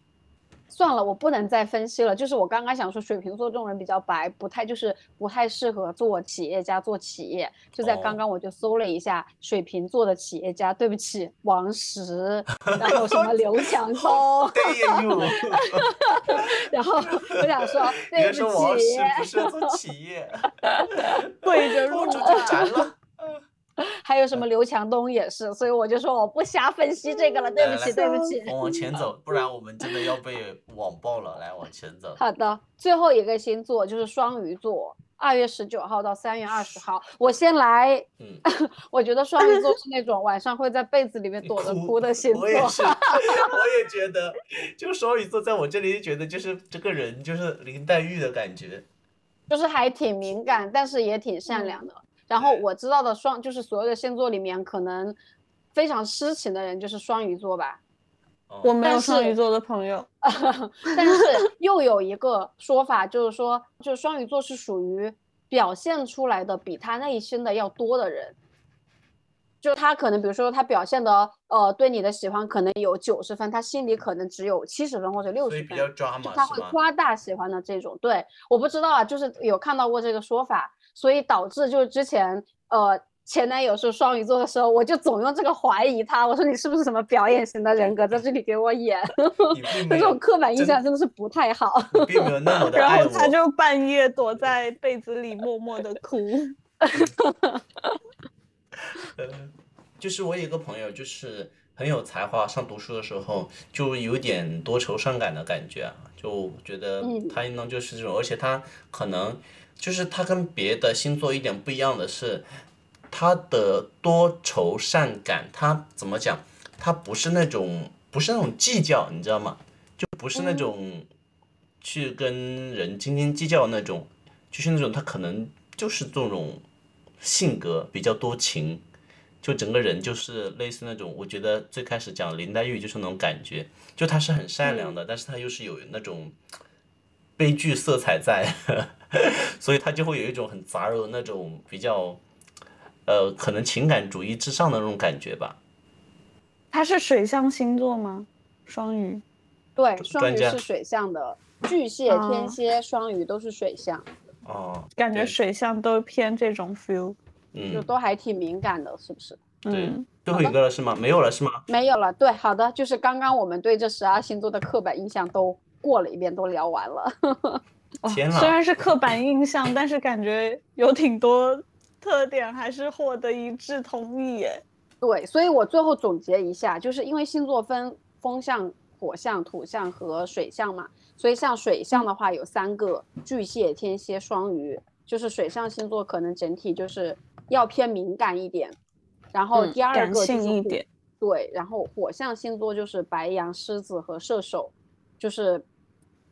Speaker 2: 算了，我不能再分析了。就是我刚刚想说，水瓶座这种人比较白，不太就是不太适合做企业家做企业。就在刚
Speaker 1: 哦
Speaker 2: 刚我就搜了一下水瓶座的企业家，对不起，王石，然后什么刘强东，
Speaker 1: dare you！
Speaker 2: 然后我
Speaker 1: <laughs>
Speaker 2: 想说
Speaker 1: 你
Speaker 2: 对
Speaker 1: 还
Speaker 2: 不
Speaker 1: 说王石
Speaker 2: 起，
Speaker 1: 不适合做企
Speaker 2: <laughs>
Speaker 1: 业，
Speaker 3: 跪着 <laughs>
Speaker 1: 我
Speaker 3: 入
Speaker 1: 主
Speaker 2: 啊
Speaker 1: 就斩了。
Speaker 2: 还有什么刘强东也是，所以我就说我不瞎分析这个了，对不
Speaker 1: 来
Speaker 2: 起，
Speaker 1: 来
Speaker 2: 对不起。
Speaker 1: 我往前走，不然我们真的要被网暴了。来，往前走。
Speaker 2: 好的，最后一个星座就是双鱼座，二月十九号到三月二十号。我先来
Speaker 1: 嗯，
Speaker 2: 我觉得双鱼座是那种晚上会在被子里面
Speaker 1: 你
Speaker 2: 躲着哭的星座
Speaker 1: 我。也是，我也觉得，就双鱼座在我这里就觉得就是这个人就是林黛玉的感觉。
Speaker 2: 就是还挺敏感，但是也挺
Speaker 1: 嗯
Speaker 2: 善良的。然后我知道的双，就是所有的星座里面，可能非常痴情的人就是双鱼座吧。
Speaker 1: 哦
Speaker 3: 我没
Speaker 2: 但
Speaker 3: 有双
Speaker 2: 是
Speaker 3: 鱼座的朋友，
Speaker 2: 但是又有一个说法，就是说，就是双鱼座是属于表现出来的比他内心的要多的人。就他可能，比如说他表现的，呃，对你的喜欢可能有九十分，他心里可能只有七十分或者六
Speaker 1: 所以
Speaker 2: 十
Speaker 1: 比
Speaker 2: 分。
Speaker 1: 较抓
Speaker 2: 就
Speaker 1: 嘛，
Speaker 2: 他
Speaker 1: 啊是
Speaker 2: 会
Speaker 1: 吗？
Speaker 2: 夸大喜欢的这种。对，我不知道啊，就是有看到过这个说法，所以导致就是之前呃前男友是双鱼座的时候，我就总用这个怀疑他，我说你是不是什么表演型的人格在这里给
Speaker 1: <laughs>
Speaker 2: 我演？
Speaker 1: 你并
Speaker 2: 这
Speaker 1: 没有
Speaker 2: 种，刻板印
Speaker 1: 嗯真
Speaker 2: 象真的是不太好。
Speaker 1: 你并没有
Speaker 2: <laughs>
Speaker 1: 那么的
Speaker 3: 然
Speaker 1: 爱
Speaker 3: 后
Speaker 1: 我。
Speaker 3: 他就半夜躲在被子里默默的哭。
Speaker 1: 就是我有一个朋友，就是很有才华，上读书的时候就有点多愁善感的感觉啊，就觉得
Speaker 2: 嗯
Speaker 1: 他应当就是这种，而且他可能就是他跟别的星座一点不一样的是，他的多愁善感，他怎么讲？他不是那种不是那种计较，你知道吗？就不是那
Speaker 2: 嗯
Speaker 1: 种去跟人斤斤计较那种，就是那种他可能就是这种性格比较多情，就整个人就是类似那种，我觉得最开始讲林黛玉就是那种感觉，就她是很善良的，但是她又是有那种悲剧色彩在， <laughs> 所以她就会有一种很杂糅的那种比较，呃，可能情感主义至上的那种感觉吧。
Speaker 3: 他是水象星座吗？双鱼。
Speaker 2: 对，
Speaker 1: 专
Speaker 2: 双鱼
Speaker 1: 家
Speaker 2: 是水象的，巨蟹、
Speaker 3: 哦
Speaker 2: 天蝎、双鱼都是水象，
Speaker 1: 哦，
Speaker 3: 感觉
Speaker 1: 对，
Speaker 3: 水象都偏这种 feel。
Speaker 2: 就
Speaker 1: 嗯，
Speaker 2: 都还挺敏感的，是不是？
Speaker 1: 对
Speaker 3: 嗯，
Speaker 1: 最后一个了是吗？没有了是吗？
Speaker 2: 没有了，对，好的，就是刚刚我们对这十二星座的刻板印象都过了一遍，都聊完了。
Speaker 3: 哦
Speaker 1: 天
Speaker 3: 虽
Speaker 1: 呐
Speaker 3: 然是刻板印象，但是感觉有挺多特点还是获得一致同意耶。
Speaker 2: 对，所以我最后总结一下，就是因为星座分风象、火象、土象和水象嘛，所以像水象的话有三个：巨蟹、天蝎、双鱼。就是水象星座可能整体就是要偏敏感一点，然后
Speaker 3: 嗯
Speaker 2: 第二
Speaker 3: 感
Speaker 2: 个就
Speaker 3: 性
Speaker 2: 是
Speaker 3: 一
Speaker 2: 火
Speaker 3: 点，
Speaker 2: 对，然后火象星座就是白羊、狮子和射手，就是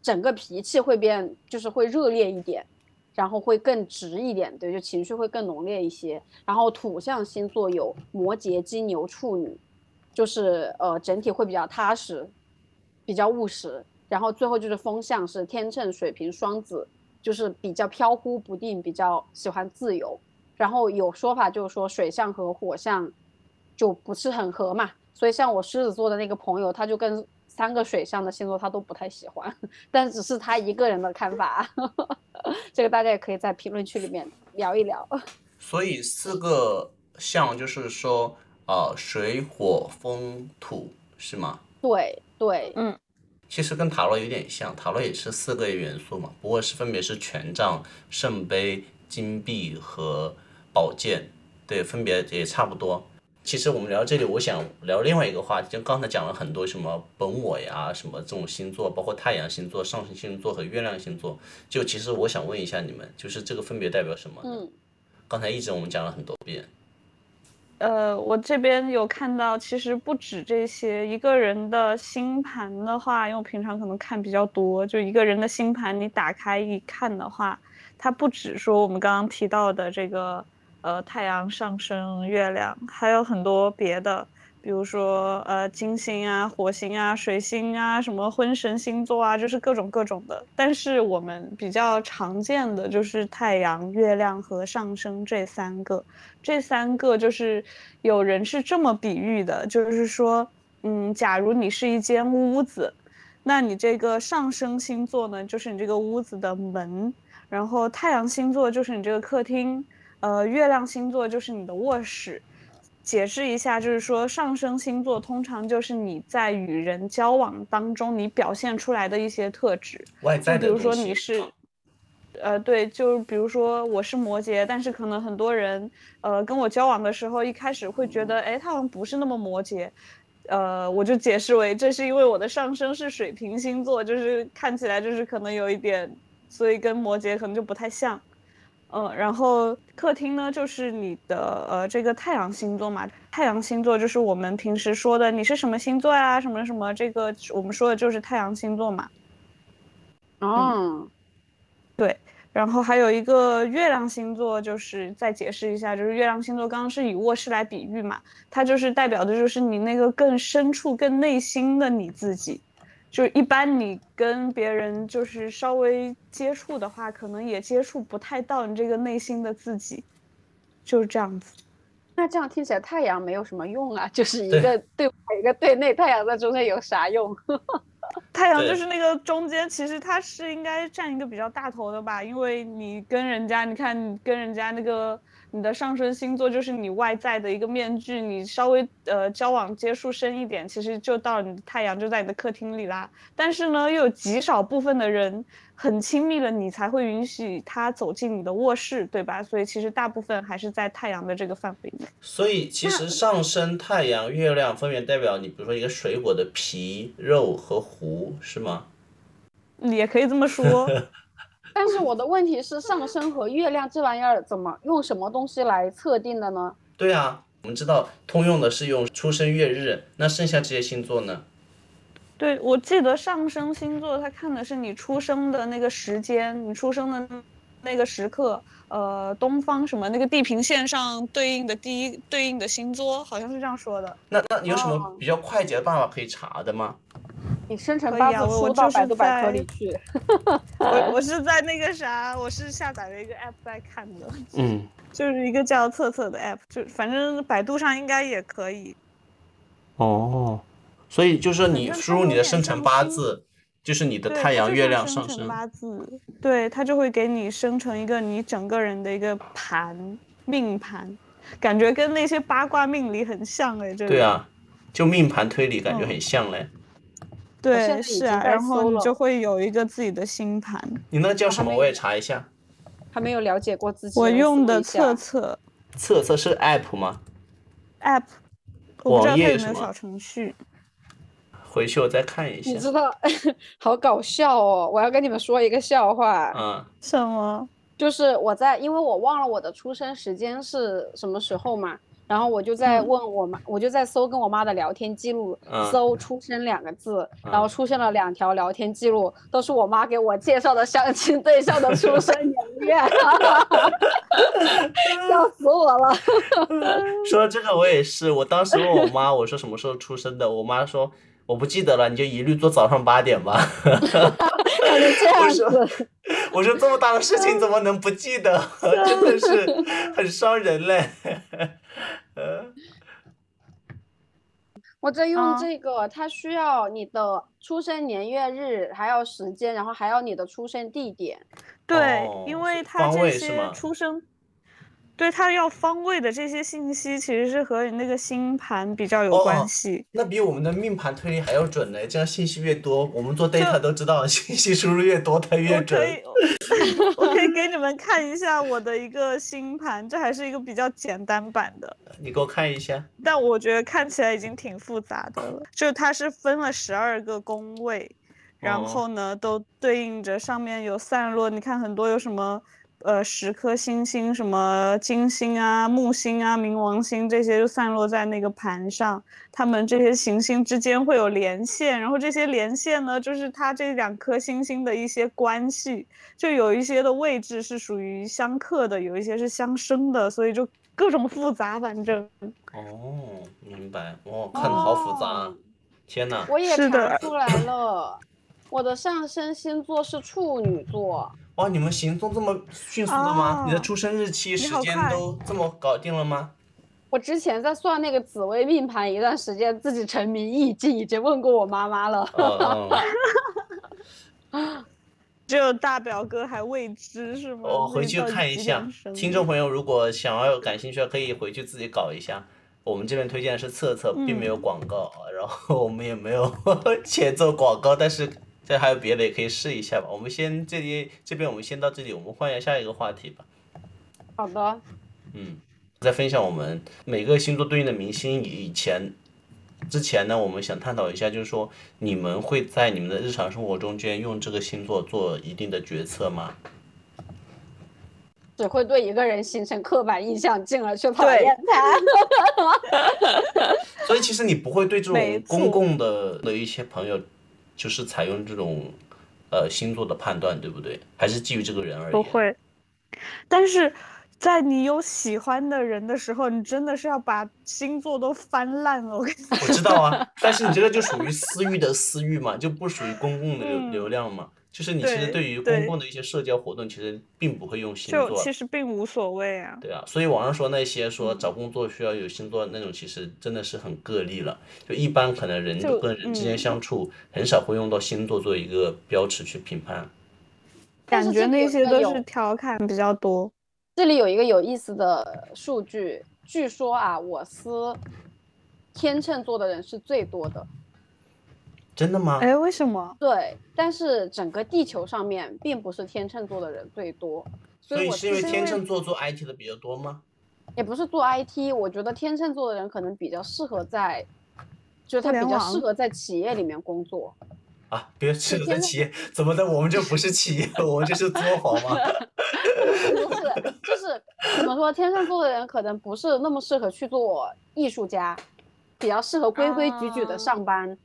Speaker 2: 整个脾气会变，就是会热烈一点，然后会更直一点，对，就情绪会更浓烈一些。然后土象星座有摩羯、金牛、处女，就是呃整体会比较踏实，比较务实。然后最后就是风象是天秤、水瓶、双子，就是比较飘忽不定，比较喜欢自由。然后有说法就是说水象和火象就不是很合嘛，所以像我狮子座的那个朋友，他就跟三个水象的星座他都不太喜欢， <laughs> 但只是他一个人的看法， <laughs> 这个大家也可以在评论区里面聊一聊。 <laughs>
Speaker 1: 所以四个象就是说，呃，水、火、风、土是吗？
Speaker 2: 对对，
Speaker 1: 其实跟塔罗有点像，塔罗也是四个元素嘛，不过是分别是权杖、圣杯、金币和宝剑，对，分别也差不多。其实我们聊到这里，我想聊另外一个话题，就刚才讲了很多什么本我呀，什么这种星座，包括太阳星座、上升星座和月亮星座。就其实我想问一下你们，就是这个分别代表什么？
Speaker 2: 嗯，
Speaker 1: 刚才一直我们讲了很多遍，
Speaker 3: 呃，我这边有看到，其实不止这些。一个人的星盘的话，因为我平常可能看比较多，就一个人的星盘，你打开一看的话，它不只说我们刚刚提到的这个，呃，太阳上升、月亮，还有很多别的，比如说呃，金星啊、火星啊、水星啊，什么婚神星座啊，就是各种各种的。但是我们比较常见的就是太阳、月亮和上升这三个。这三个就是有人是这么比喻的，就是说，嗯，假如你是一间屋子，那你这个上升星座呢，就是你这个屋子的门，然后太阳星座就是你这个客厅，呃，月亮星座就是你的卧室。解释一下，就是说上升星座通常就是你在与人交往当中你表现出来的一些特质，
Speaker 1: 外
Speaker 3: 就
Speaker 1: 在
Speaker 3: 比
Speaker 1: 的
Speaker 3: 如
Speaker 1: 东西。
Speaker 3: 说你是，呃，对，就是比如说我是摩羯，但是可能很多人，呃，跟我交往的时候，一开始会觉得，哎，他好像不是那么摩羯，呃，我就解释为这是因为我的上升是水瓶星座，就是看起来就是可能有一点，所以跟摩羯可能就不太像。嗯，然后客厅呢，就是你的呃这个太阳星座嘛，太阳星座就是我们平时说的你是什么星座啊呀、什么什么，这个我们说的就是太阳星座嘛。
Speaker 2: 哦，
Speaker 3: 然后还有一个月亮星座，就是再解释一下，就是月亮星座刚刚是以卧室来比喻嘛，它就是代表的就是你那个更深处、更内心的你自己。就是一般你跟别人就是稍微接触的话，可能也接触不太到你这个内心的自己，就是这样子。
Speaker 2: 那这样听起来太阳没有什么用啊，就是一
Speaker 1: 对
Speaker 2: 个对外一个对内，太阳在中间有啥用？ <laughs>
Speaker 3: 太阳
Speaker 1: 对
Speaker 3: 就是那个中间，其实它是应该占一个比较大头的吧，因为你跟人家，你看你跟人家那个你的上升星座就是你外在的一个面具，你稍微呃交往接触深一点，其实就到你太阳就在你的客厅里啦。但是呢，又有极少部分的人很亲密了，你才会允许他走进你的卧室，对吧？所以其实大部分还是在太阳的这个范围内。
Speaker 1: 所以其实上升、太阳、月亮分别代表你，比如说一个水果的皮、肉和核，是吗？
Speaker 3: 你也可以这么说。
Speaker 2: 但是我的问题是，上升和月亮这玩意儿怎么用什么东西来测定的呢？
Speaker 1: 对啊，我们知道通用的是用出生月日，那剩下这些星座呢？
Speaker 3: 对，我记得上升星座，它看的是你出生的那个时间，你出生的那个时刻，呃，东方什么那个地平线上对应的第一对应的星座，好像是这样说
Speaker 1: <laughs>
Speaker 3: 的。
Speaker 1: 那那有什么
Speaker 2: 哦
Speaker 1: 比较快捷的办法可以查的吗？
Speaker 2: 你生辰
Speaker 3: 可以
Speaker 2: 八
Speaker 3: 啊
Speaker 2: 字
Speaker 3: 我我
Speaker 2: 输到
Speaker 3: 就是
Speaker 2: 百度百科
Speaker 3: 在
Speaker 2: 里去。
Speaker 3: 我我是在那个啥，我是下载了一个 app 在看的，
Speaker 1: 嗯，
Speaker 3: 就是一个叫测测的 app，就反正百度上应该也可以。
Speaker 1: 哦，所以就是说
Speaker 3: 反
Speaker 1: 你
Speaker 3: 正
Speaker 1: 输
Speaker 3: 它
Speaker 1: 入
Speaker 3: 有
Speaker 1: 你的
Speaker 3: 点
Speaker 1: 生辰
Speaker 3: 像
Speaker 1: 八
Speaker 3: 星
Speaker 1: 字，就是你的
Speaker 3: 嗯对，
Speaker 1: 太
Speaker 3: 它
Speaker 1: 阳、
Speaker 3: 就
Speaker 1: 月
Speaker 3: 像
Speaker 1: 亮、
Speaker 3: 生
Speaker 1: 上
Speaker 3: 辰
Speaker 1: 升。
Speaker 3: 八字，对，它就会给你生成一个你整个人的一个盘命盘，感觉跟那些八卦命理很像哎，这
Speaker 1: 对
Speaker 3: 个，
Speaker 1: 啊，就命盘推理感觉
Speaker 3: 嗯
Speaker 1: 很像嘞。
Speaker 2: 现在
Speaker 3: 对，
Speaker 2: 已
Speaker 3: 是
Speaker 2: 经
Speaker 3: 啊，
Speaker 2: 在
Speaker 3: 然后
Speaker 2: 搜
Speaker 3: 你
Speaker 2: 了
Speaker 3: 就会有一个自己的星盘。
Speaker 1: 你那个叫
Speaker 2: 我
Speaker 1: 什
Speaker 2: 还
Speaker 3: 嗯
Speaker 1: 么？
Speaker 2: 没
Speaker 1: 我也查一下。
Speaker 2: 还没有了解过自己。
Speaker 3: 我
Speaker 2: 来
Speaker 3: 用
Speaker 2: 搜
Speaker 3: 的
Speaker 2: 一下
Speaker 3: 测测
Speaker 1: 测测是 app 吗？
Speaker 3: app，我不
Speaker 1: 网
Speaker 3: 知道它
Speaker 1: 页
Speaker 3: 有没
Speaker 1: 是
Speaker 3: 有
Speaker 1: 吗
Speaker 3: 小程序。
Speaker 1: 回去我再看一
Speaker 2: 你
Speaker 1: 下
Speaker 2: 知。道， <laughs> 好搞笑哦！我要跟你们说一个笑话，
Speaker 1: 嗯
Speaker 3: 什么？
Speaker 2: 就是我在，因为我忘了我的出生时间是什么时候嘛，然后我就在
Speaker 3: 嗯
Speaker 2: 问我妈，我就在搜跟我妈的聊天记录，
Speaker 1: 嗯
Speaker 2: 搜“出生”两个字，然
Speaker 1: 嗯
Speaker 2: 后出现了两条聊天记录，都是我妈给我介绍的相亲对象的出生年月，笑死我
Speaker 1: <laughs>
Speaker 2: 了。
Speaker 1: 说到这个我也是，我当时问我妈，我说什么时候出生的，我妈说我不记得了，你就一律做早上八点吧。 <laughs>
Speaker 2: 他就这样子，
Speaker 1: 我说这么大的事情怎么能不记得？ <laughs> 真的是很伤人嘞。
Speaker 2: 我在用
Speaker 3: 嗯
Speaker 2: 这个，它需要你的出生年月日，还要时间，然后还要你的出生地点。
Speaker 3: 对，
Speaker 1: 哦
Speaker 3: 因
Speaker 1: 是
Speaker 3: 为它
Speaker 1: 方
Speaker 3: 这
Speaker 1: 位是吗
Speaker 3: 些出生，对它要方位的这些信息，其实是和你那个星盘比较有
Speaker 1: 哦
Speaker 3: 关系。
Speaker 1: 那比我们的命盘推理还要准嘞，这样信息越多，我们做 data 都知道，信息输入越多它
Speaker 3: 我
Speaker 1: 越
Speaker 3: 可
Speaker 1: 准
Speaker 3: 以。，我
Speaker 1: <laughs>
Speaker 3: 可以给你们看一下我的一个星盘，这还是一个比较简单版的。
Speaker 1: 你给我看一下。
Speaker 3: 但我觉得看起来已经挺复杂的了。就它是分了十二个宫位，然
Speaker 1: 哦
Speaker 3: 后呢，都对应着上面有散落，你看很多有什么。呃，十颗星星，什么金星啊、木星啊、冥王星这些就散落在那个盘上，它们这些行星之间会有连线，然后这些连线呢，就是它这两颗星星的一些关系，就有一些的位置是属于相克的，有一些是相生的，所以就各种复杂，反正。
Speaker 1: 哦，明白。哇，看的好复杂啊
Speaker 2: 哦！
Speaker 1: 天哪！
Speaker 2: 我也
Speaker 3: 是的
Speaker 2: 查出来了，我的上升星座是处女座。
Speaker 1: 哇，你们行踪这么迅速的吗？你的
Speaker 3: 哦
Speaker 1: 出生日期、时
Speaker 3: 好
Speaker 1: 间
Speaker 3: 快
Speaker 1: 都这么搞定了吗？
Speaker 2: 我之前在算那个紫微命盘一段时间，自己沉迷易经，已经问过我妈妈了。
Speaker 1: 哦哦，
Speaker 3: <laughs> 只有大表哥还未知是吗？
Speaker 1: 我
Speaker 3: 那
Speaker 1: 哦回去
Speaker 3: 到底
Speaker 1: 看一
Speaker 3: 几
Speaker 1: 下
Speaker 3: 点。生
Speaker 1: 听众朋友如果想要感兴趣的，可以回去自己搞一下。我们这边推荐的是测测，并
Speaker 3: 嗯
Speaker 1: 没有广告，啊然后我们也没有 <laughs> 钱做广告，但是这还有别的也可以试一下吧。我们先这里这边我们先到这里，我们换一下下一个话题吧。
Speaker 2: 好的，
Speaker 1: 嗯，再分享我们每个星座对应的明星以前之前呢，我们想探讨一下，就是说你们会在你们的日常生活中间用这个星座做一定的决策吗？
Speaker 2: 只会对一个人形成刻板印象，进而去讨
Speaker 3: 对
Speaker 2: 厌他。 <laughs>
Speaker 1: 所以其实你不会对这
Speaker 3: 没
Speaker 1: 种公
Speaker 3: 错
Speaker 1: 共的的一些朋友，就是采用这种呃星座的判断，对不对？还是基于这个人而言？啊
Speaker 3: 不。会，但是在你有喜欢的人的时候，你真的是要把星座都翻烂了。我跟你
Speaker 1: 我知道
Speaker 3: <laughs>
Speaker 1: 啊，但是你这个就属于私域的私域嘛，就不属于公共的流
Speaker 3: 嗯
Speaker 1: 流量嘛。就是你其实
Speaker 3: 对
Speaker 1: 对于公
Speaker 3: 对
Speaker 1: 共的一些社交活动，其实并不会用星
Speaker 3: 就
Speaker 1: 座
Speaker 3: 其。实嗯并无所谓啊。
Speaker 1: 对啊，所以网上说那些说找工作需要有星座那种，其实真的是很个例了。就一般可能人
Speaker 3: 就
Speaker 1: 跟人之
Speaker 3: 嗯
Speaker 1: 间相处，很少会用到星座作为一个标尺去评判。
Speaker 2: 但
Speaker 3: 感
Speaker 2: 是
Speaker 3: 觉
Speaker 2: 这里
Speaker 3: 那
Speaker 2: 有一
Speaker 3: 些
Speaker 2: 个
Speaker 3: 都
Speaker 2: 有
Speaker 3: 是调侃比较多。
Speaker 2: 这里有一个有意思的数据，据说啊，我司天秤座的人是最多的。
Speaker 1: 真的吗？
Speaker 3: 哎，为什么？
Speaker 2: 对，但是整个地球上面并不是天秤座的人最多，所
Speaker 1: 所
Speaker 2: 以
Speaker 1: 以
Speaker 2: 我
Speaker 1: 是因为
Speaker 2: 其实
Speaker 1: 天秤座做 IT 的比较多吗？
Speaker 2: 也不是做 IT，我觉得天秤座的人可能比较适合在，就是他
Speaker 3: 互联
Speaker 2: 比较适
Speaker 3: 网
Speaker 2: 合在企业里面工作。
Speaker 1: 啊，别吃
Speaker 2: 天
Speaker 1: 的
Speaker 2: 秤
Speaker 1: 企业怎么的？我们这不是企业，我们这是作坊吗？ <laughs>
Speaker 2: 不是，就是怎么说，天秤座的人可能不是那么适合去做艺术家，比较适合规规矩矩的
Speaker 3: 啊
Speaker 2: 上班。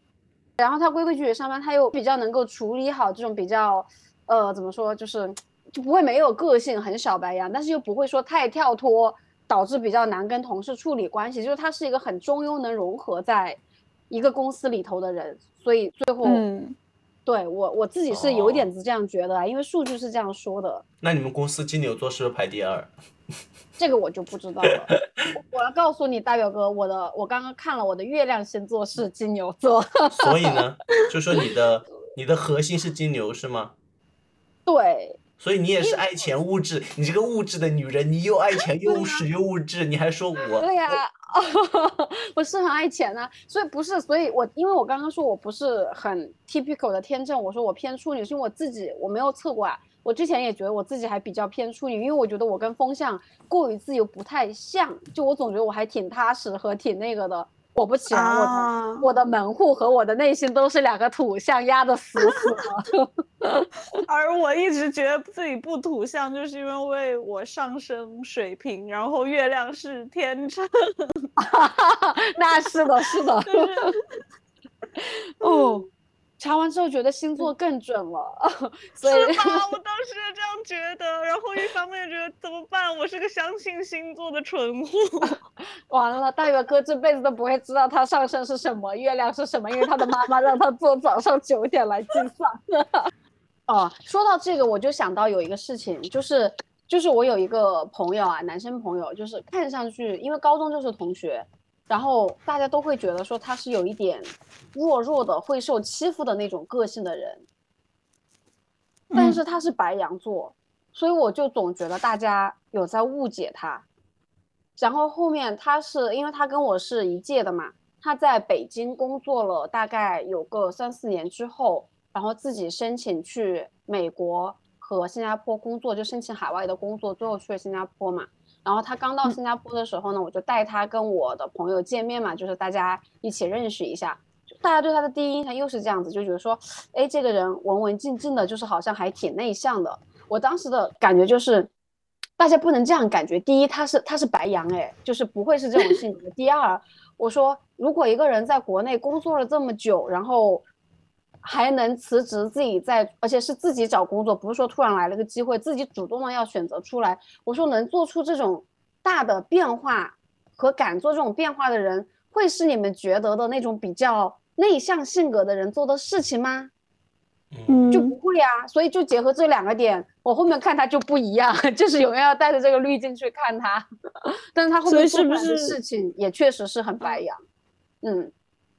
Speaker 2: 然后他规规矩矩地上班，他又比较能够处理好这种比较，呃，怎么说，就是就不会没有个性，很小白羊，但是又不会说太跳脱，导致比较难跟同事处理关系。就是他是一个很中庸，能融合在一个公司里头的人，所以最后
Speaker 3: 嗯，
Speaker 2: 对我我自己是有一点子这样觉得啊，因为数据是这样说的，
Speaker 1: 那你们公司金牛座是不是排第二？
Speaker 2: 这个我就不知道了。我我要告诉你，大表哥，我的我刚刚看了我的月亮星座是金牛座， <laughs>
Speaker 1: 所以呢，就说你的你的核心是金牛是吗？
Speaker 2: 对，
Speaker 1: 所以你也是爱钱物质，你这个物质的女人，你又爱钱又务实又物质，你还说我
Speaker 2: 对呀、 <laughs> 我是很爱钱呐、所以不是，所以我因为我刚刚说我不是很 typical 的天秤，我说我偏处女，是因为我自己我没有测过啊。我之前也觉得我自己还比较偏处女，因为我觉得我跟风向过于自由不太像，就我总觉得我还挺踏实和挺那个的。我不行，我的
Speaker 3: 啊，
Speaker 2: 我的门户和我的内心都是两个土象压得死死的。
Speaker 3: <laughs> 而我一直觉得自己不土象，就是因为我上升水瓶，然后月亮是天秤，
Speaker 2: <laughs> 那是的，是的。
Speaker 3: 就是
Speaker 2: <laughs> 哦，查完之后觉得星座更准了， <laughs> 所以
Speaker 3: 是吧？我当时也这样觉得，然后一方面觉得怎么办？我是个相信星座的蠢 <laughs> 货。
Speaker 2: 完了，大表哥这辈子都不会知道他上升是什么，月亮是什么，因为他的妈妈让他做早上九点来计算。 <laughs> 哦，说到这个，我就想到有一个事情，就是就是我有一个朋友啊，男生朋友，就是看上去因为高中就是同学，然后大家都会觉得说他是有一点弱弱的，会受欺负的那种个性的人，
Speaker 3: 嗯
Speaker 2: 但是他是白羊座，所以我就总觉得大家有在误解他。然后后面他是因为他跟我是一届的嘛，他在北京工作了大概有个三四年之后，然后自己申请去美国和新加坡工作，就申请海外的工作，最后去了新加坡嘛。然后他刚到新加坡的时候呢，我就带他跟我的朋友见面嘛，就是大家一起认识一下。就大家对他的第一印象又是这样子，就觉得说，哎，这个人文文静静的，就是好像还挺内向的。我当时的感觉就是，大家不能这样感觉。第一，他是他是白羊，哎，就是不会是这种性格。第二，我说如果一个人在国内工作了这么久，然后还能辞职自己在，而且是自己找工作，不是说突然来了个机会，自己主动的要选择出来。我说能做出这种大的变化和敢做这种变化的人，会是你们觉得的那种比较内向性格的人做的事情吗？
Speaker 1: 嗯
Speaker 3: 嗯
Speaker 2: 就不会啊。所以就结合这两个点，我后面看他就不一样， <laughs> 就是永远要带着这个滤镜去看他。 <laughs> 但是他后
Speaker 3: 所
Speaker 2: 面
Speaker 3: 以
Speaker 2: 做
Speaker 3: 是
Speaker 2: 出
Speaker 3: 不
Speaker 2: 来的
Speaker 3: 是
Speaker 2: 事情也确实是很白羊。嗯，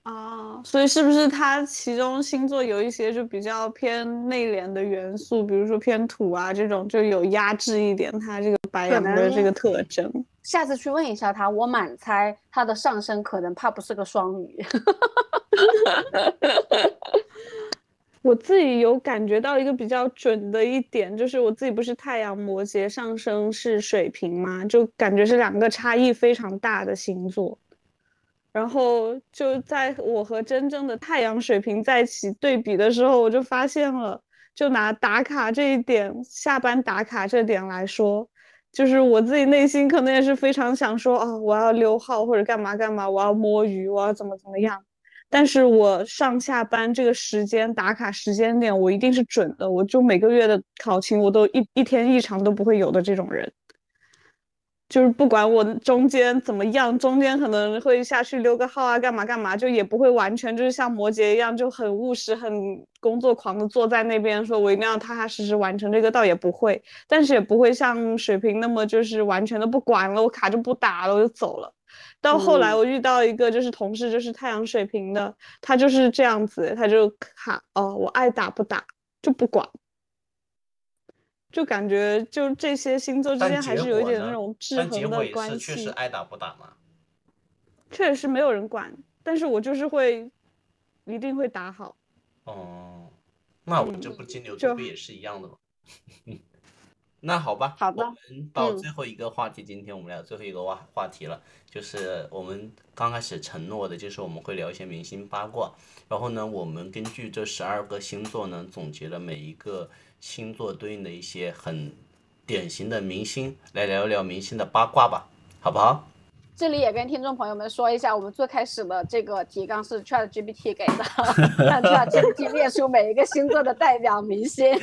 Speaker 3: 啊，所以是不是它其中星座有一些就比较偏内敛的元素，比如说偏土啊这种，就有压制一点它这个白
Speaker 2: 可
Speaker 3: 羊的这
Speaker 2: 能
Speaker 3: 个特征。
Speaker 2: 下次去问一下他，我满猜他的上升可能怕不是个双鱼。
Speaker 3: 我自己有感觉到一个比较准的一点，就是我自己不是太阳摩羯上升是水瓶嘛，就感觉是两个差异非常大的星座。然后就在我和真正的太阳水瓶在一起对比的时候，我就发现了，就拿打卡这一点，下班打卡这点来说，就是我自己内心可能也是非常想说，啊，我要溜号或者干嘛干嘛，我要摸鱼，我要怎么怎么样。但是我上下班这个时间打卡时间点，我一定是准的，我就每个月的考勤我都一一天一场都不会有的这种人，就是不管我中间怎么样，中间可能会下去溜个号啊，干嘛干嘛，就也不会完全就是像摩羯一样就很务实、很工作狂的坐在那边说，我一定要踏踏实实完成这个，倒也不会，但是也不会像水瓶那么就是完全的不管了，我卡就不打了，我就走了。到后来
Speaker 2: 嗯
Speaker 3: 我遇到一个就是同事，就是太阳水瓶的，他就是这样子，他就卡哦，我爱打不打就不管，就感觉就这些星座之
Speaker 1: 但
Speaker 3: 间还
Speaker 1: 结
Speaker 3: 是有一
Speaker 1: 果
Speaker 3: 点
Speaker 1: 呢
Speaker 3: 那种制
Speaker 1: 但结
Speaker 3: 衡
Speaker 1: 果
Speaker 3: 的
Speaker 1: 也是
Speaker 3: 关
Speaker 1: 确
Speaker 3: 系，
Speaker 1: 实爱打不打嘛。
Speaker 3: 确实没有人管，但是我就是会一定会
Speaker 1: <laughs>
Speaker 3: 打好。
Speaker 1: 哦，那我
Speaker 2: 嗯
Speaker 1: 这不金牛座
Speaker 3: 就
Speaker 1: 不也是一样的吗？嗯那好吧，
Speaker 2: 好
Speaker 1: 我
Speaker 2: 的
Speaker 1: 们到
Speaker 2: 嗯
Speaker 1: 最后一个话题，今天我们俩最后一个话话题了，就是我们刚开始承诺的，就是我们会聊一些明星八卦，然后呢，我们根据这十二个星座呢，总结了每一个星座对应的一些很典型的明星，来聊一聊明星的八卦吧，好不好？
Speaker 2: <laughs>
Speaker 1: <laughs>
Speaker 2: 这里也跟听众朋友们说一下，我们最开始的这个提纲是 Chat GPT 给的， <laughs> 让 Chat GPT 列出每一个星座的代表明
Speaker 3: <laughs>
Speaker 2: 星，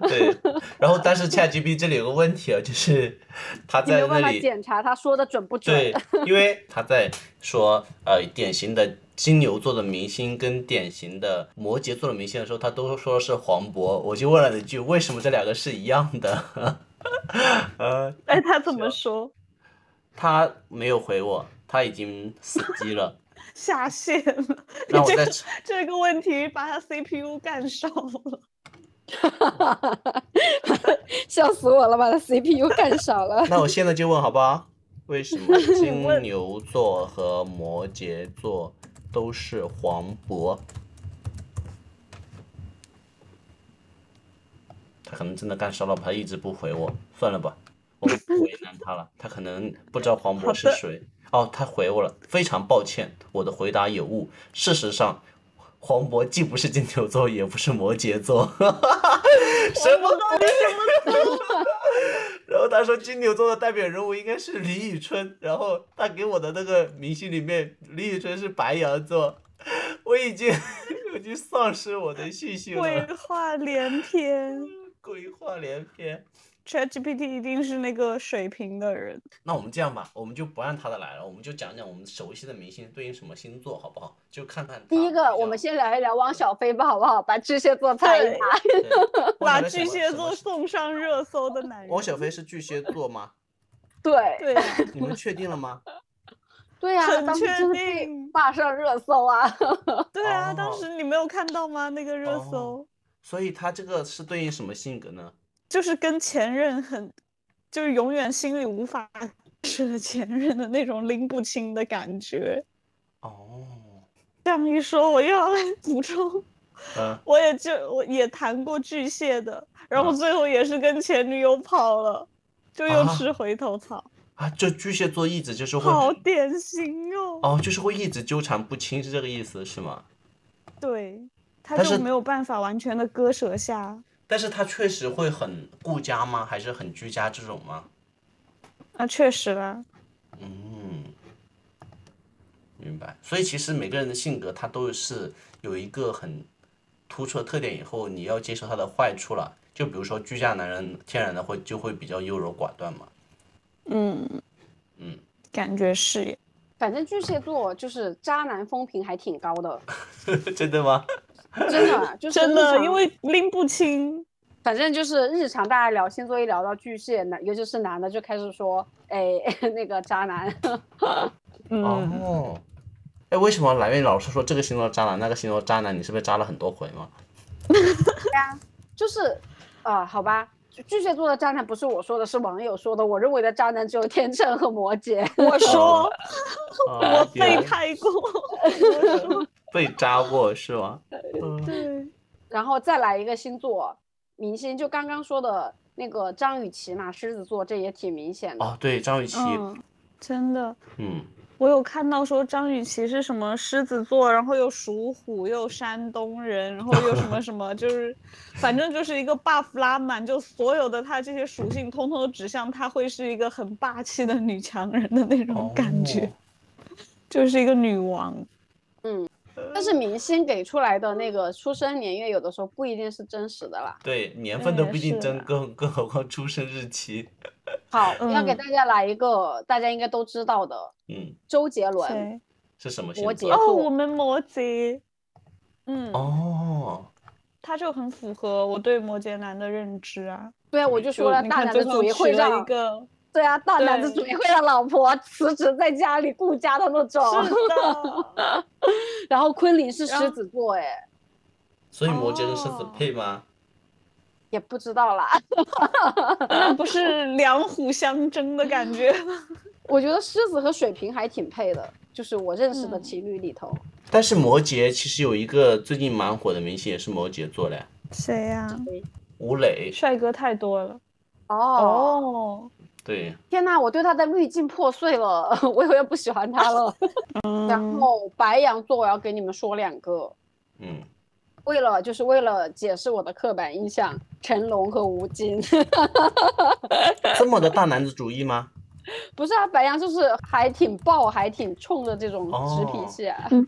Speaker 1: 对，然后但
Speaker 2: <laughs>
Speaker 1: 是 ChatGPT 这里有个问题啊，就是他
Speaker 2: 你没
Speaker 1: 在
Speaker 2: 有办
Speaker 1: 那
Speaker 2: 法
Speaker 1: 里。
Speaker 2: 检查他说的准不准
Speaker 1: 对。，因为他在说呃典型的金牛座的明星跟典型的摩羯座的明星的时候，他都说是黄渤，我就问了一句，为什么这两个是一样的？ <laughs> 呃，
Speaker 3: 哎，他怎么说？
Speaker 1: 他没有回我，他已经死机
Speaker 3: <laughs>
Speaker 1: 了。
Speaker 3: 下线
Speaker 1: <laughs>
Speaker 3: 了，你
Speaker 1: 让我
Speaker 3: 这
Speaker 1: 再
Speaker 3: 个这个问题把他 CPU 干烧了。
Speaker 2: 笑死我了，把他 CPU 干少了。
Speaker 3: <laughs>
Speaker 1: 那我现在就问好吧，为什么金牛座和摩羯座都是黄渤？他可能真的干烧了吧，他一直不回我，算了吧，我不为难他了。他可能不知道黄渤是
Speaker 3: 好的
Speaker 1: 谁。哦，他回我了，非常抱歉，我的回答有误。事实上，黄渤既不是金牛座，也不是摩羯
Speaker 2: <laughs>
Speaker 1: 座。什么 <laughs> 鬼？然后他说金牛座的代表人物应该是李宇春，然后他给我的那个明星里面，李宇春是白羊座，我已经 <laughs> 我已经丧失我的信心
Speaker 3: 鬼
Speaker 1: 了，
Speaker 3: 话连篇
Speaker 1: 鬼话连篇。
Speaker 3: ，ChatGPT 一定是那个水平的人。
Speaker 1: 那我们这样吧，我们就不按他的来了，我们就讲讲我们熟悉的明星对应什么星座，好不好？就看看
Speaker 2: 第一
Speaker 1: 他
Speaker 2: 个，
Speaker 1: 比
Speaker 2: 我
Speaker 1: 较
Speaker 2: 们先聊一聊汪小菲吧，好不好？把巨蟹座猜一
Speaker 3: 对
Speaker 2: 下。
Speaker 1: 对汪小
Speaker 3: 把
Speaker 1: 菲什
Speaker 3: 巨
Speaker 1: 么什
Speaker 3: 蟹
Speaker 1: 么
Speaker 3: 座
Speaker 1: 是
Speaker 3: 送上热搜的男人。
Speaker 1: 汪小菲是巨蟹座吗？
Speaker 2: 对
Speaker 3: 对，啊
Speaker 1: <laughs> 你们确定了吗？ <laughs>
Speaker 2: 对呀、
Speaker 3: 很
Speaker 2: 当时
Speaker 3: 确
Speaker 2: 真的被
Speaker 3: 定
Speaker 2: 霸上热搜啊！ <laughs>
Speaker 3: 对啊，当
Speaker 1: 哦
Speaker 3: 时你没有看到吗？那个热
Speaker 1: 哦
Speaker 3: 搜
Speaker 1: 所以他这个是对应什么性格呢？
Speaker 3: 就是跟前任很，就是永远心里无法舍前任的那种拎不清的感觉。
Speaker 1: 哦，
Speaker 3: 这样一说，我又要来补充，
Speaker 1: 嗯，
Speaker 3: 我也就我也谈过巨蟹的，然后
Speaker 1: 啊
Speaker 3: 最后也是跟前女友跑了，就又
Speaker 1: 啊
Speaker 3: 吃回头草，
Speaker 1: 啊，这巨蟹座一直就是会
Speaker 3: 好典型哦。
Speaker 1: 哦，就是会一直纠缠不清，是这个意思是吗？
Speaker 3: 对，他
Speaker 1: 但
Speaker 3: 就是没有办法完全的割舍下
Speaker 1: 但是他确实会很顾家吗？还是很居家这种吗？
Speaker 3: 啊，确实啦，
Speaker 1: 嗯，明白。所以其实每个人的性格，他都是有一个很突出的特点，以后你要接受他的坏处了。就比如说居家男人，天然的会就会比较优柔寡断嘛。
Speaker 3: 嗯
Speaker 1: 嗯， <laughs>
Speaker 3: 感觉是耶。
Speaker 2: 反正巨蟹座就是渣男风评还挺高
Speaker 3: <laughs>
Speaker 2: 的，
Speaker 1: 真的吗？
Speaker 2: 真的啊就是
Speaker 3: 真
Speaker 2: 日
Speaker 3: 的，
Speaker 2: 常
Speaker 3: 因为拎不清。
Speaker 2: 反正就是日常大家聊星座一聊到巨蟹男，尤其是男的就开始说，哎， <laughs> 那个渣男， <laughs>
Speaker 3: 嗯，
Speaker 1: 哦，哎，为什么来源老是说这个星座渣男，那个星座渣男？你是被渣了很多回吗？
Speaker 2: 就是，啊、好吧。就巨蟹座的渣男不是我说的，是网友说的。我认为的渣男只有天秤和摩羯。
Speaker 3: 我说
Speaker 1: 啊
Speaker 3: 我
Speaker 1: 原来
Speaker 3: 被开过。
Speaker 1: <laughs> 被渣过是吗？嗯
Speaker 3: 对，
Speaker 2: 然后再来一个星座明星，就刚刚说的那个张雨绮嘛，狮子座，这也挺明显的。
Speaker 1: 哦，对，张雨绮，
Speaker 3: 嗯，真的，
Speaker 1: 嗯，
Speaker 3: 我有看到说张雨绮是什么狮子座，然后又属虎，又山东人，然后又什么什么，就是反正就是一个 buff 拉满，就所有的她这些属性通通都指向她会是一个很霸气的女强人的那种感觉，
Speaker 1: 哦
Speaker 3: 就是一个女王。
Speaker 2: 但是明星给出来的那个出生年月，有的时候不一定是真实的啦。
Speaker 1: 对，年份都
Speaker 3: 哎
Speaker 1: 不一定
Speaker 3: 是
Speaker 1: 真，
Speaker 3: 啊
Speaker 1: 更更何况出生日期。
Speaker 2: 好，要给
Speaker 3: 嗯
Speaker 2: 大家来一个大家应该都知道的
Speaker 1: 嗯，
Speaker 2: 周杰伦，
Speaker 3: 谁？
Speaker 1: 是什么
Speaker 2: 摩
Speaker 1: 星
Speaker 2: 羯
Speaker 1: 座？
Speaker 3: 哦，
Speaker 2: 错
Speaker 3: 我们摩羯。嗯，
Speaker 1: 哦，
Speaker 3: 他就很符合我对摩羯男的认知啊。
Speaker 2: 对啊，我就说了，
Speaker 3: 你
Speaker 2: 大
Speaker 3: 看
Speaker 2: 男
Speaker 3: 最
Speaker 2: 子
Speaker 3: 后
Speaker 2: 主义
Speaker 3: 娶
Speaker 2: 会
Speaker 3: 了一
Speaker 2: 让，
Speaker 3: 个，
Speaker 2: 对啊，大男子
Speaker 3: 对
Speaker 2: 主义会让老婆辞职在家里顾家的那种。
Speaker 3: 是的，
Speaker 2: 然后昆凌是
Speaker 3: 然后
Speaker 2: 狮子座，哎，
Speaker 1: 所以摩羯跟狮子
Speaker 3: 哦
Speaker 1: 配吗？
Speaker 2: 也不知道啦。 <laughs>
Speaker 3: <laughs> 那不是两虎相争的感觉吗？
Speaker 2: 我觉得狮子和水瓶还挺配的，就是我认识的
Speaker 3: 嗯
Speaker 2: 情侣里头，
Speaker 1: 但是摩羯其实有一个最近蛮火的明星也是摩羯座嘞，
Speaker 3: <laughs> 谁呀、
Speaker 1: 吴磊。
Speaker 3: 帅哥太多了。
Speaker 2: 哦，
Speaker 3: 哦，
Speaker 1: 对，
Speaker 2: 天呐，我对他的滤镜破碎了， <laughs> 我以为不喜欢他了。然
Speaker 3: 嗯，
Speaker 2: 后白羊座，我要给你们说两个，
Speaker 1: 嗯，
Speaker 2: 为了就是为了解释我的刻板印象，成龙和吴京， <laughs>
Speaker 1: 这么的大男子主义吗？
Speaker 2: 不是啊，白羊就是还挺暴、还挺冲的这种直
Speaker 1: 哦
Speaker 2: 脾气、啊。
Speaker 1: <laughs>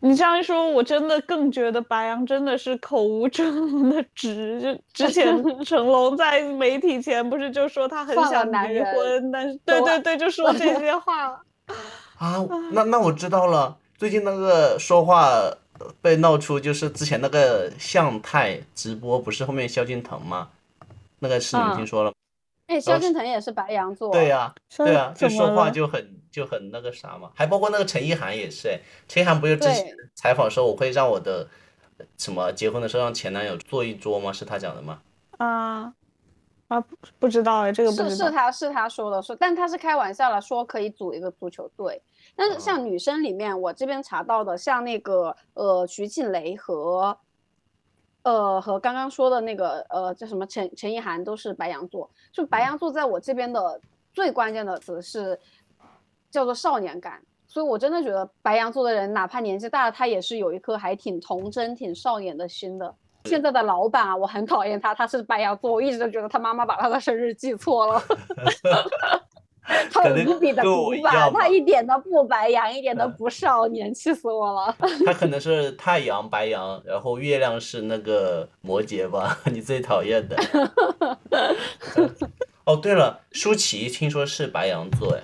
Speaker 3: 你这样一说，我真的更觉得白羊真的是口无遮拦的直。就之前成龙在媒体前不是就说他很
Speaker 2: 放了
Speaker 3: 想
Speaker 2: 男
Speaker 3: 离
Speaker 2: 人
Speaker 3: <laughs> 婚，但是对
Speaker 2: 都
Speaker 3: 对对，就说这些话。
Speaker 1: 啊，那那我知道了，最近那个说话呃被闹出，就是之前那个向太直播，不是后面萧敬腾吗？那个
Speaker 3: 啊
Speaker 1: 是你们
Speaker 2: 嗯
Speaker 1: 听说了吗？
Speaker 2: 哎，萧敬腾也是白羊座，
Speaker 1: 对、呀、
Speaker 3: 说
Speaker 1: 对呀、就
Speaker 3: 怎么
Speaker 1: 说话
Speaker 3: 了
Speaker 1: 就很就很那个啥嘛，还包括那个陈意涵也是，哎，陈意涵不就之前
Speaker 2: 对
Speaker 1: 采访说我会让我的呃什么结婚的时候让前男友坐一桌吗？是他讲的吗？
Speaker 3: 啊啊，不不知道哎，这个不
Speaker 2: 是
Speaker 3: 知
Speaker 2: 是
Speaker 3: 道。
Speaker 2: 他是他说的，说但他是开玩笑了，说可以组一个足球队。但
Speaker 3: 啊
Speaker 2: 是像女生里面，我这边查到的，像那个呃徐静蕾和呃和刚刚说的那个呃叫什么陈陈意涵都是白羊座，就白
Speaker 3: 嗯
Speaker 2: 羊座在我这边的最关键的词是叫做少年感。所以，我真的觉得白羊座的人，哪怕年纪大了，他也是有一颗还挺童真、挺少年的心的。现在的老板啊，我很讨厌他，他是白羊座，我一直都觉得他妈妈把他的生日记错
Speaker 1: <laughs>
Speaker 2: 了。他
Speaker 1: 可能
Speaker 2: 无比的
Speaker 1: 跟我
Speaker 2: 古
Speaker 1: 一
Speaker 2: 板，
Speaker 1: 样吧嗯
Speaker 2: 他一点都不白羊，一点都不少年，气死我了。 <laughs>
Speaker 1: 他可能是太阳白羊，然后月亮是那个摩羯吧， <laughs> 你最讨厌的。哦，对了，舒淇听说是白羊座，哎，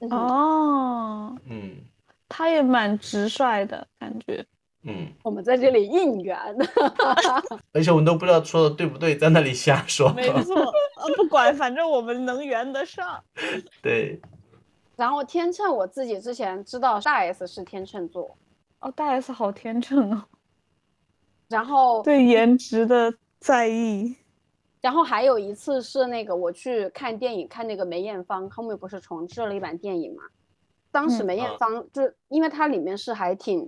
Speaker 2: 嗯
Speaker 3: 哦，
Speaker 1: 嗯
Speaker 3: 他也蛮直率的感觉。
Speaker 1: 嗯，
Speaker 2: 我们在这里应援， <laughs>
Speaker 1: 而且我们都不知道说的对不对，在那里瞎说。
Speaker 3: 没错，呃， <laughs> 不管，反正我们能圆得上。
Speaker 1: 对，
Speaker 2: 然后天秤，我自己之前知道大 S 是天秤座，
Speaker 3: 哦，大 S 好天秤哦， <laughs>
Speaker 2: 然后
Speaker 3: 对颜值的在意。
Speaker 2: 然后还有一次是那个我去看电影，看那个梅艳芳，后面不是重制了一版电影嘛？当时
Speaker 3: 嗯
Speaker 2: 梅艳
Speaker 1: 啊
Speaker 2: 芳就是因为它里面是还挺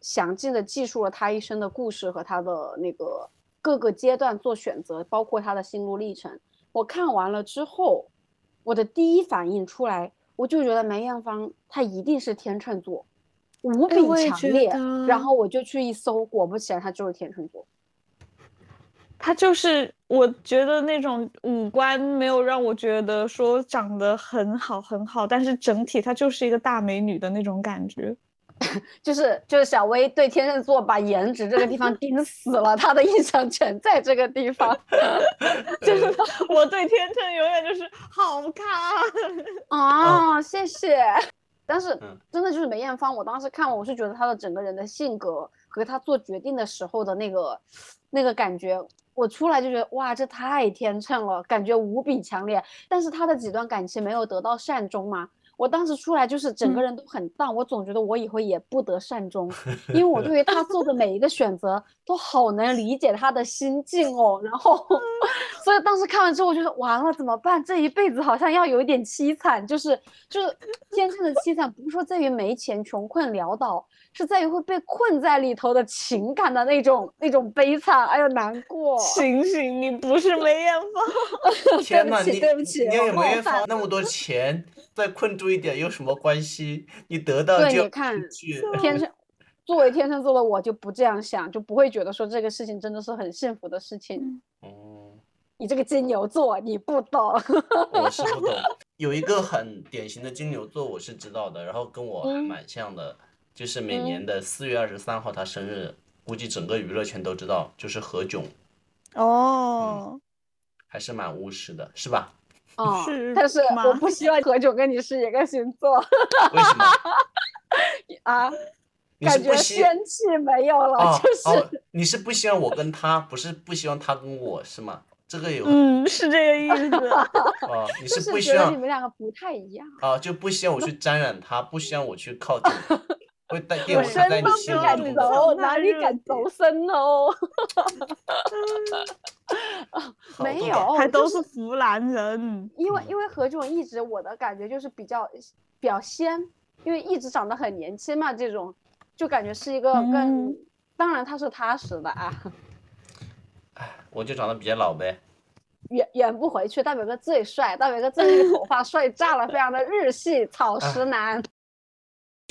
Speaker 2: 详尽的记述了她一生的故事和她的那个各个阶段做选择，包括她的心路历程。我看完了之后，我的第一反应出来，我就觉得梅艳芳她一定是天秤座，无
Speaker 3: 哎
Speaker 2: 比
Speaker 3: 我也
Speaker 2: 强
Speaker 3: 觉
Speaker 2: 烈。
Speaker 3: 得
Speaker 2: 然后我就去一搜，果不其然，她就是天秤座。
Speaker 3: 他就是，我觉得那种五官没有让我觉得说长得很好很好，但是整体她就是一个大美女的那种感觉。 <laughs>
Speaker 2: 就是就是小薇对天秤座把颜值这个地方盯死了，她的印象全在这个地方。
Speaker 3: 就是我对天秤永远就是好看，啊
Speaker 2: 哦，谢谢。但是
Speaker 1: 嗯
Speaker 2: 真的就是梅艳芳，我当时看完我是觉得她的整个人的性格和她做决定的时候的那个那个感觉，我出来就觉得哇，这太天秤了，感觉无比强烈。但是她的几段感情没有得到善终嘛，我当时出来就是整个
Speaker 3: 嗯
Speaker 2: 人都很荡，我总觉得我以后也不得善 <laughs> 终，因为我对于她做的每一个选择都好能理解她的心境哦。然后， <laughs> 所以当时看完之后，我觉得完了怎么办？这一辈子好像要有一点凄惨，就是就是天秤的凄惨，不是说在于没钱、穷困潦倒，是在于会被困在里头的情感的那种那种悲惨，哎呦难过。
Speaker 3: 醒醒，你不是梅艳芳，
Speaker 1: 天哪，
Speaker 2: 起
Speaker 1: 你
Speaker 2: <laughs> 对不起
Speaker 1: 你
Speaker 2: 我
Speaker 1: 给
Speaker 2: 冒
Speaker 1: 梅艳
Speaker 2: 犯
Speaker 1: 芳那么多钱，再困住一点有什么关系？你得到
Speaker 2: 对
Speaker 1: 就
Speaker 2: 你看
Speaker 1: 去。
Speaker 2: 天秤，作为天秤座的我就不这样想，就不会觉得说这个事情真的是很幸福的事情。
Speaker 1: 哦，
Speaker 2: 你这个金牛座，你不懂。 <laughs>
Speaker 1: 我是不懂。有一个很典型的金牛座，我是知道的，然后跟我还
Speaker 2: 嗯
Speaker 1: 蛮像的，就是每年的四月二十三号他生日，估计整个娱乐圈都知道，就是何炅，
Speaker 3: 哦，
Speaker 1: 还是蛮务实的，是吧？
Speaker 2: 啊、
Speaker 3: 是
Speaker 2: 但是我
Speaker 3: 吗
Speaker 2: 不希望何炅跟你是一个星座
Speaker 1: 为什么？
Speaker 2: 啊，
Speaker 1: 你是
Speaker 2: 感
Speaker 1: 不
Speaker 2: 觉
Speaker 1: 希
Speaker 2: 仙气没有了，
Speaker 1: 哦
Speaker 2: 就是、
Speaker 1: 哦，你是不希望我跟他，不是不希望他跟我是吗？这个有
Speaker 3: 嗯，是这个意思。
Speaker 1: 哦，你
Speaker 2: 就是
Speaker 1: 不
Speaker 2: 是
Speaker 1: 希
Speaker 2: 觉得
Speaker 1: 望
Speaker 2: 你们两个不太一样。
Speaker 1: 啊，就不希望我去沾染它，不希望我去靠近，会带玷
Speaker 2: <laughs> 我
Speaker 1: 污它
Speaker 2: 深
Speaker 1: 在你
Speaker 2: 都
Speaker 1: 心嗯
Speaker 2: 不
Speaker 1: 目
Speaker 2: 敢
Speaker 1: 中
Speaker 3: 走
Speaker 1: 的。
Speaker 2: 走，哪里敢走深哦？
Speaker 1: 好
Speaker 2: 没
Speaker 1: 多
Speaker 2: 有，
Speaker 3: 还
Speaker 2: 就
Speaker 3: 都是湖南人，
Speaker 2: 因为
Speaker 1: 嗯
Speaker 2: 因为何炅一直我的感觉就是比较比较仙，因为一直长得很年轻嘛，这种就感觉是一个更，
Speaker 3: 嗯
Speaker 2: 当然他是踏实的啊， <laughs>
Speaker 1: 我就长得比较老呗。
Speaker 2: 圆圆不回去。大表哥最帅，大表哥最那个头发帅炸了，非常的日系草
Speaker 1: 啊
Speaker 2: 食男。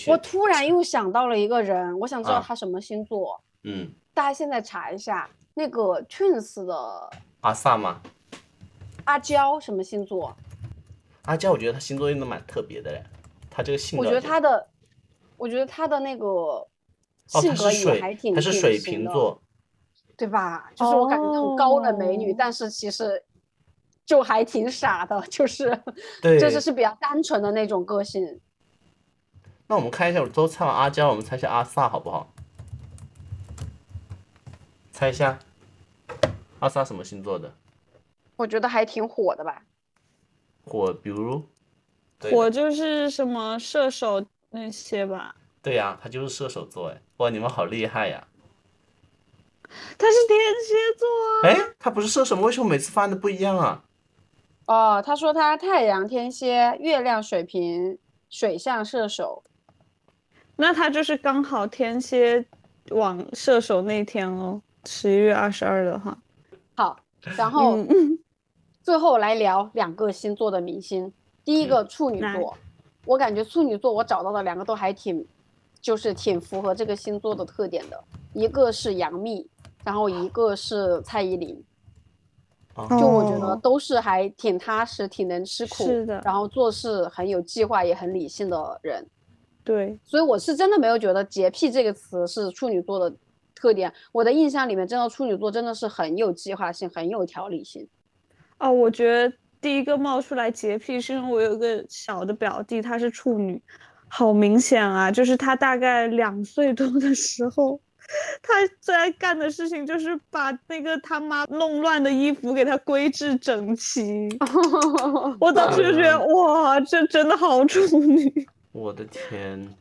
Speaker 2: 我突然又想到了一个人，我想知道
Speaker 1: 啊
Speaker 2: 他什么星座，
Speaker 1: 嗯，
Speaker 2: 大家现在查一下那个 Twins 的
Speaker 1: 阿萨嘛，
Speaker 2: 阿娇什么星座？
Speaker 1: 阿娇，我觉得她星座真的蛮特别的嘞，她这个性
Speaker 2: 我
Speaker 1: 格
Speaker 2: 觉
Speaker 1: 就，
Speaker 2: 得他的，我觉得他的那个
Speaker 1: 哦，
Speaker 2: 性
Speaker 1: 她
Speaker 2: 格
Speaker 1: 是
Speaker 2: 也还
Speaker 1: 水，
Speaker 2: 挺
Speaker 1: 她是
Speaker 2: 典
Speaker 1: 水
Speaker 2: 型
Speaker 1: 瓶
Speaker 2: 的，
Speaker 1: 座，
Speaker 2: 对吧？就是我感觉很高冷美女，
Speaker 3: 哦
Speaker 2: 但是其实就还挺傻的，就是
Speaker 1: 对，
Speaker 2: 就是是比较单纯的那种个性。
Speaker 1: 那我们看一下，我都猜完阿娇，我们猜一下阿萨好不好？猜一下，阿萨什么星座的？
Speaker 2: 我觉得还挺火的吧。
Speaker 1: 火，比如，对的
Speaker 3: 我就是什么射手那些吧。
Speaker 1: 对呀、他就是射手座哎，哇，你们好厉害呀！
Speaker 3: 他是天蝎座啊，
Speaker 1: 哎，他不是射手吗？为什么每次翻的不一样啊？
Speaker 2: 哦，他说他太阳天蝎，月亮水瓶，水象射手。
Speaker 3: 那他就是刚好天蝎往射手那天喽，十一月二十二的哈。
Speaker 2: 好，然后
Speaker 3: 嗯嗯
Speaker 2: 最后来聊两个星座的明星。第一个处女
Speaker 3: 来
Speaker 2: 座，我感觉处女座我找到的两个都还挺，就是挺符合这个星座的特点的。一个是杨幂，然后一个是蔡依林，
Speaker 1: 啊，
Speaker 2: 就我觉得
Speaker 3: 哦
Speaker 2: 都是还挺踏实、挺能吃苦，
Speaker 3: 是的
Speaker 2: 然后做事很有计划、也很理性的人。
Speaker 3: 对，
Speaker 2: 所以我是真的没有觉得“洁癖”这个词是处女座的特点。我的印象里面，真的处女座真的是很有计划性、很有条理性。 <laughs>
Speaker 3: 哦，我觉得第一个冒出来洁癖是因为我有个小的表弟，她是处女，好明显啊！就是她大概两岁多的时候， <laughs> 她最爱干的事情就是把那个他妈弄乱的衣服给她归置整齐。我当时就觉得，哇，这真的好处女。
Speaker 1: 我的天！
Speaker 3: 嗯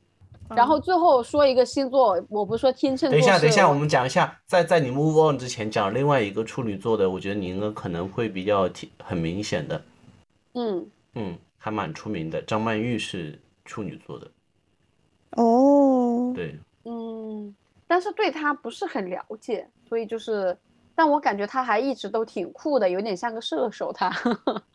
Speaker 2: 然后最后说一个星座，我不是说天秤座
Speaker 1: 等一下，等一下，
Speaker 2: 是
Speaker 1: 我们讲一下，在在你 move on 之前讲另外一个处女座的，我觉得你应该可能会比较挺很明显的，
Speaker 2: 嗯，
Speaker 1: 嗯，还蛮出名的。张曼玉是处女座的，
Speaker 3: 哦，
Speaker 1: 对，
Speaker 2: 嗯，但是对他不是很了解，所以就是，但我感觉他还一直都挺酷的，有点像个射手他。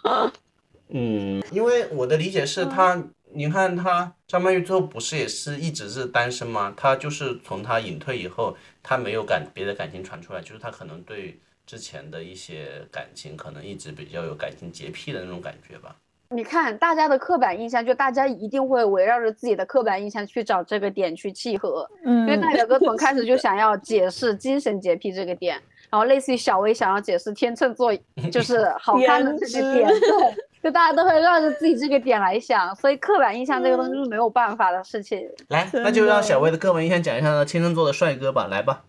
Speaker 2: <laughs>
Speaker 1: 嗯，因为我的理解
Speaker 3: 嗯
Speaker 1: 是她，你看她张曼玉最后不是也是一直是单身吗？她就是从她隐退以后，她没有感别的感情传出来，就是她可能对之前的一些感情可能一直比较有感情洁癖的那种感觉吧。
Speaker 2: 你看大家的刻板印象，就大家一定会围绕着自己的刻板印象去找这个点去契合，因
Speaker 3: 嗯
Speaker 2: 为大表哥从开始就想要解释精神洁癖这个点，然后类似于小薇想要解释天秤座就是好看的这个点，
Speaker 3: 颜值
Speaker 2: 对，就大家都会绕着自己这个点来想，所以刻板印象这个东西是没有办法的事情。
Speaker 1: 来，
Speaker 3: 真
Speaker 1: 那就让
Speaker 3: 的
Speaker 1: 小薇的哥们先讲一下天秤座的帅哥吧，来吧，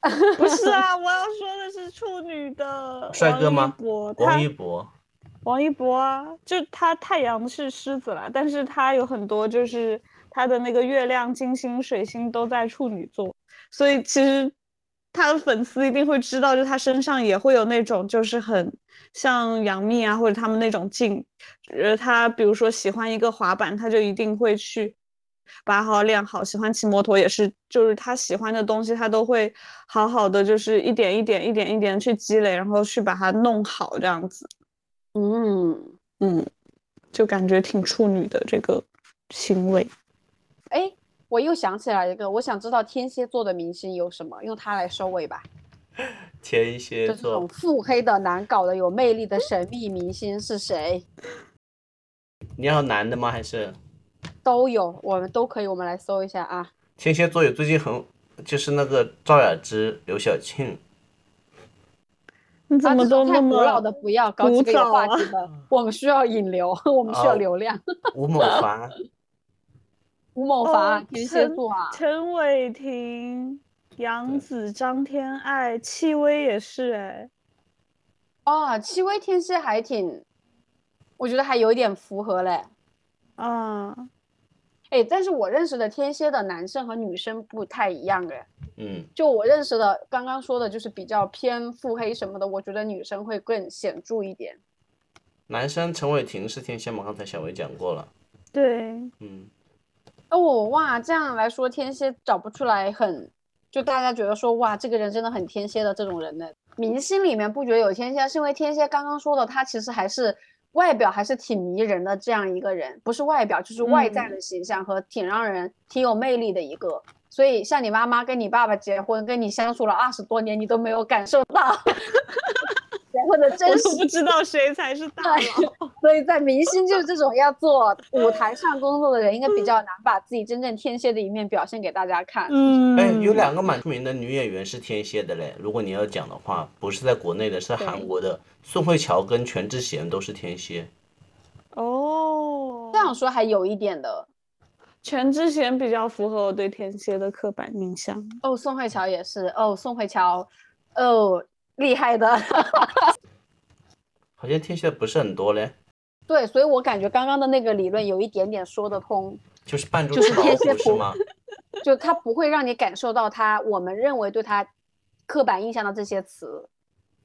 Speaker 3: 不是啊，我要说的是处女的
Speaker 1: 帅
Speaker 3: 王
Speaker 1: 哥
Speaker 3: 一
Speaker 1: 吗
Speaker 3: 博
Speaker 1: 王
Speaker 3: 他
Speaker 1: 一博。
Speaker 3: 王一博啊，就他太阳是狮子啦，但是他有很多就是他的那个月亮、金星、水星都在处女座，所以其实他的粉丝一定会知道，就他身上也会有那种就是很像杨幂啊或者他们那种劲，呃，他比如说喜欢一个滑板，他就一定会去把好练好，喜欢骑摩托也是，就是他喜欢的东西，他都会好好的就是一点一点一点一点去积累，然后去把它弄好这样子。
Speaker 2: 嗯，
Speaker 3: 嗯，就感觉挺处女的这个行为。
Speaker 2: 哎，我又想起来一个，我想知道天蝎座的明星有什么，用它来收尾吧。
Speaker 1: 天蝎
Speaker 2: 就这
Speaker 1: 座，
Speaker 2: 种腹黑的、难搞的、有魅力的神秘明星是谁？
Speaker 1: 你要男的吗？还是
Speaker 2: 都有，我们都可以，我们来搜一下啊。
Speaker 1: 天蝎座有最近很就是那个赵雅芝、刘晓庆，
Speaker 3: 你
Speaker 2: 啊
Speaker 3: 怎么
Speaker 2: 这
Speaker 3: 都
Speaker 2: 种太
Speaker 3: 那
Speaker 2: 古
Speaker 3: 么
Speaker 2: 老的不要，搞
Speaker 3: 古
Speaker 2: 几个有
Speaker 3: 早
Speaker 2: 话
Speaker 3: 啊
Speaker 2: 题的。我们需要引流， <laughs> 我们需要
Speaker 1: 哦
Speaker 2: 流量。
Speaker 1: 吴某
Speaker 2: <laughs>
Speaker 1: 凡、
Speaker 2: 吴某凡啊
Speaker 3: 哦，
Speaker 2: 天蝎座啊，
Speaker 3: 陈伟霆、杨紫、张天爱、戚薇也是哎，
Speaker 2: 哦，戚薇天蝎还挺，我觉得还有一点符合嘞。
Speaker 3: 啊，
Speaker 2: 哎，但是我认识的天蝎的男生和女生不太一样哎。
Speaker 1: 嗯，
Speaker 2: 就我认识的，刚刚说的就是比较偏腹黑什么的，我觉得女生会更显著一点。
Speaker 1: 男生陈伟霆是天蝎吗？刚才小薇讲过了，
Speaker 3: 对，
Speaker 1: 嗯，
Speaker 2: 哦，哇，这样来说，天蝎找不出来很，就大家觉得说，哇，这个人真的很天蝎的这种人呢。明星里面不觉得有天蝎，是因为天蝎刚刚说的，他其实还是外表还是挺迷人的这样一个人，不是外表就是外在
Speaker 3: 嗯
Speaker 2: 的形象和挺让人挺有魅力的一个。所以像你妈妈跟你爸爸结婚，跟你相处了二十多年，你都没有感受
Speaker 3: <laughs>
Speaker 2: 到 <laughs> 结婚的真
Speaker 3: 我
Speaker 2: 实
Speaker 3: 都不知道谁才是大佬。
Speaker 2: <laughs> 所以在明星就是这种要做舞台上工作的人，应该比较难把自己真正天蝎的一面表现给大家看。
Speaker 3: 嗯，
Speaker 1: <laughs> 哎，有两个蛮出名的女演员是天蝎的嘞。如果你要讲的话，不是在国内的，是在韩
Speaker 2: 对
Speaker 1: 国的，宋慧乔跟全智贤都是天蝎。
Speaker 3: 哦，
Speaker 2: 这样说还有一点的，
Speaker 3: 全智贤比较符合我对天蝎的刻板印象。
Speaker 2: <laughs> 哦，宋慧乔也是。哦，宋慧乔，哦，厉害的。 <laughs>
Speaker 1: 好像天蝎不是很多嘞，
Speaker 2: 对，所以我感觉刚刚的那个理论有一点点说得通，
Speaker 1: 就是扮猪
Speaker 2: 就是
Speaker 1: 吃老
Speaker 2: 天蝎
Speaker 1: 虎是
Speaker 2: 座 <laughs>
Speaker 1: 吗？
Speaker 2: 就它不会让你感受到它我们认为对它刻板印象的这些词，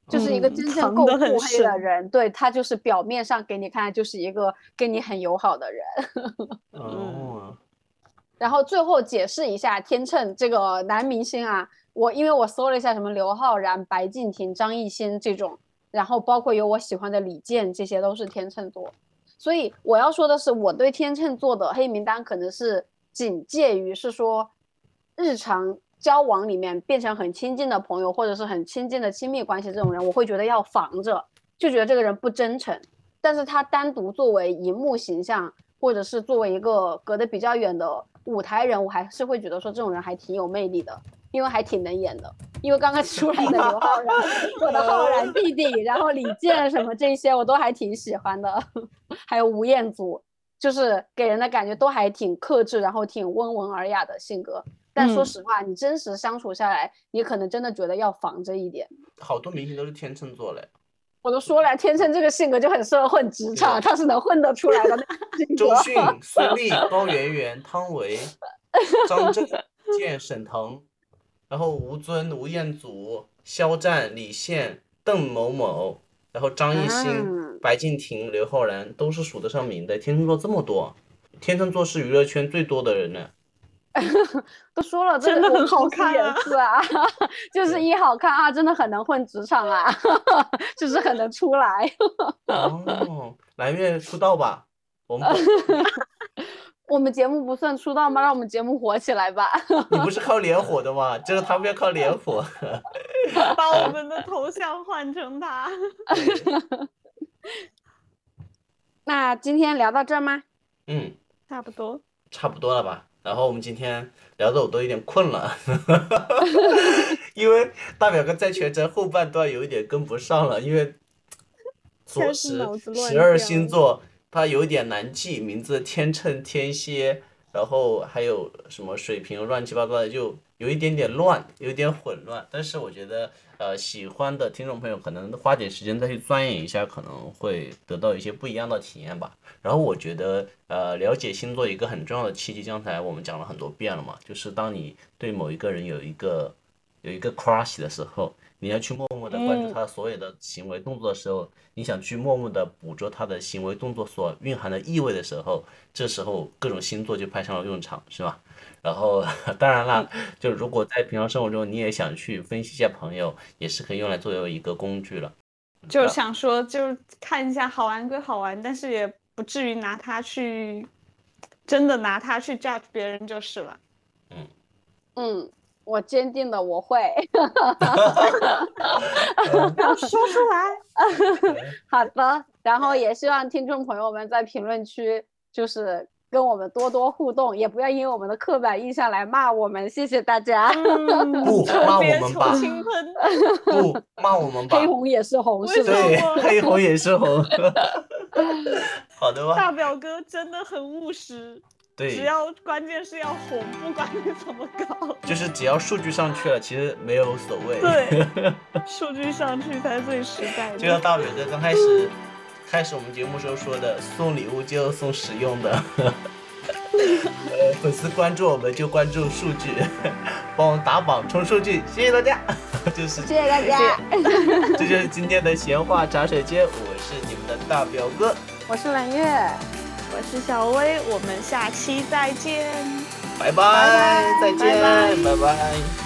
Speaker 2: 就是一个
Speaker 3: 嗯
Speaker 2: 真正
Speaker 3: 藏
Speaker 2: 够
Speaker 3: 得很
Speaker 2: 腹黑的
Speaker 3: 深
Speaker 2: 人，对他就是表面上给你看就是一个跟你很友好的人。嗯
Speaker 1: 哦，
Speaker 2: 然后最后解释一下天秤这个男明星啊，我因为我搜了一下什么刘昊然、白敬亭、张艺兴这种，然后包括有我喜欢的李健，这些都是天秤座。所以我要说的是，我对天秤座的黑名单可能是仅介于是说日常交往里面变成很亲近的朋友，或者是很亲近的亲密关系这种人，我会觉得要防着，就觉得这个人不真诚。但是他单独作为荧幕形象，或者是作为一个隔得比较远的舞台人，我还是会觉得说这种人还挺有魅力的，因为还挺能演的。因为刚刚出来的刘昊然，我的昊然弟弟，然后李健什么这些，我都还挺喜欢的，还有吴彦祖，就是给人的感觉都还挺克制，然后挺温文尔雅的性格。但说
Speaker 3: 嗯
Speaker 2: 实话，你真实相处下来，你可能真的觉得要防着一点。
Speaker 1: 好多明星都是天秤座嘞，
Speaker 2: 我都说了，天秤这个性格就很适合混职场，他是能混得出来的那种性格
Speaker 1: 周。迅、孙俪、高圆圆、汤唯、张震、健、沈腾，然后吴尊、吴彦祖、肖战、李现、邓某某，然后张艺兴、
Speaker 2: 嗯
Speaker 1: 白敬亭、刘昊然都是数得上名的。天秤座这么多，天秤座是娱乐圈最多的人呢。
Speaker 2: 都说了，这
Speaker 3: 真的
Speaker 2: 我
Speaker 3: 很好
Speaker 2: 公司
Speaker 3: 看
Speaker 2: 也
Speaker 3: 啊
Speaker 2: 是啊， <laughs> 就是一好看啊，真的很能混职场啊， <laughs> 就是很能出来。 <laughs>
Speaker 1: 哦，蓝月出道吧，我们
Speaker 2: 我们节目不算出道吗？让我们节目火起来吧。 <laughs>
Speaker 1: 你不是靠脸火的吗？就是他们要靠脸火。
Speaker 3: 把我们的头像换成他。 <laughs>
Speaker 2: 那今天聊到这儿吗？
Speaker 1: 嗯。
Speaker 3: 差不多，
Speaker 1: 差不多了吧？然后我们今天聊的我都有点困了， <laughs> 因为大表哥在全程后半段有一点跟不上了，因为左
Speaker 3: 开始
Speaker 1: 十
Speaker 3: 脑子乱
Speaker 1: 十二
Speaker 3: 掉
Speaker 1: 星座它有一点难记，名字天秤、天蝎，然后还有什么水瓶，乱七八糟的，就有一点点乱，有一点混乱。但是我觉得，呃，喜欢的听众朋友可能花点时间再去钻研一下，可能会得到一些不一样的体验吧。然后我觉得，呃，了解星座一个很重要的契机，刚才我们讲了很多遍了嘛，就是当你对某一个人有一个有一个 crush 的时候，你要去默默的关注他所有的行为动作的时候，你想去默默的捕捉他的行为动作所蕴含的意味的时候，这时候各种星座就派上了用场，是吧？然后 <laughs> 当然啦，就如果在平常生活中你也想去分析一下朋友，也是可以用来作为一个工具了。
Speaker 3: 就是
Speaker 1: 啊
Speaker 3: 想说，就是看一下好玩归好玩，但是也不至于拿它去，真的拿它去 judge 别人就是了。 <laughs>
Speaker 2: 嗯，我坚定的我会。 <laughs>
Speaker 3: 不要说出来。
Speaker 1: <laughs>
Speaker 2: 好的，然后也希望听众朋友们在评论区就是跟我们多多互动，也不要因为我们的刻板印象来骂我们，谢谢大家。
Speaker 3: 嗯
Speaker 1: 不骂
Speaker 3: 求别
Speaker 1: 我们
Speaker 3: 求
Speaker 1: 吧 <laughs>
Speaker 3: 亲婚，
Speaker 1: 不骂我们吧
Speaker 2: <laughs> 黑，红也是红，
Speaker 3: 为
Speaker 2: 是
Speaker 3: 什
Speaker 2: 吧？
Speaker 3: 么
Speaker 1: <laughs> 对
Speaker 3: 我，
Speaker 1: 黑红也是红。好的吧，
Speaker 3: 大表哥真的很务实，
Speaker 1: 对
Speaker 3: 只，要关键是要红，不管你怎么
Speaker 1: <laughs>
Speaker 3: 搞，
Speaker 1: 就是只要数据上去了，其实没有所谓。
Speaker 3: 对，数据上去才最实在
Speaker 1: 就像
Speaker 3: 的。
Speaker 1: 大伟哥刚开始开始我们节目时候说的，送礼物就送实用的。 <laughs> 呃，粉丝关注我们就关注数据，帮我们打榜冲数据，谢谢大家。 <laughs> 就是
Speaker 2: 谢谢大家，
Speaker 1: 这就是今天的闲话茶水间，我是你们的大表哥，
Speaker 2: 我是蓝月。
Speaker 3: 我是小薇，我们下期再见。
Speaker 1: 拜拜，再见，拜拜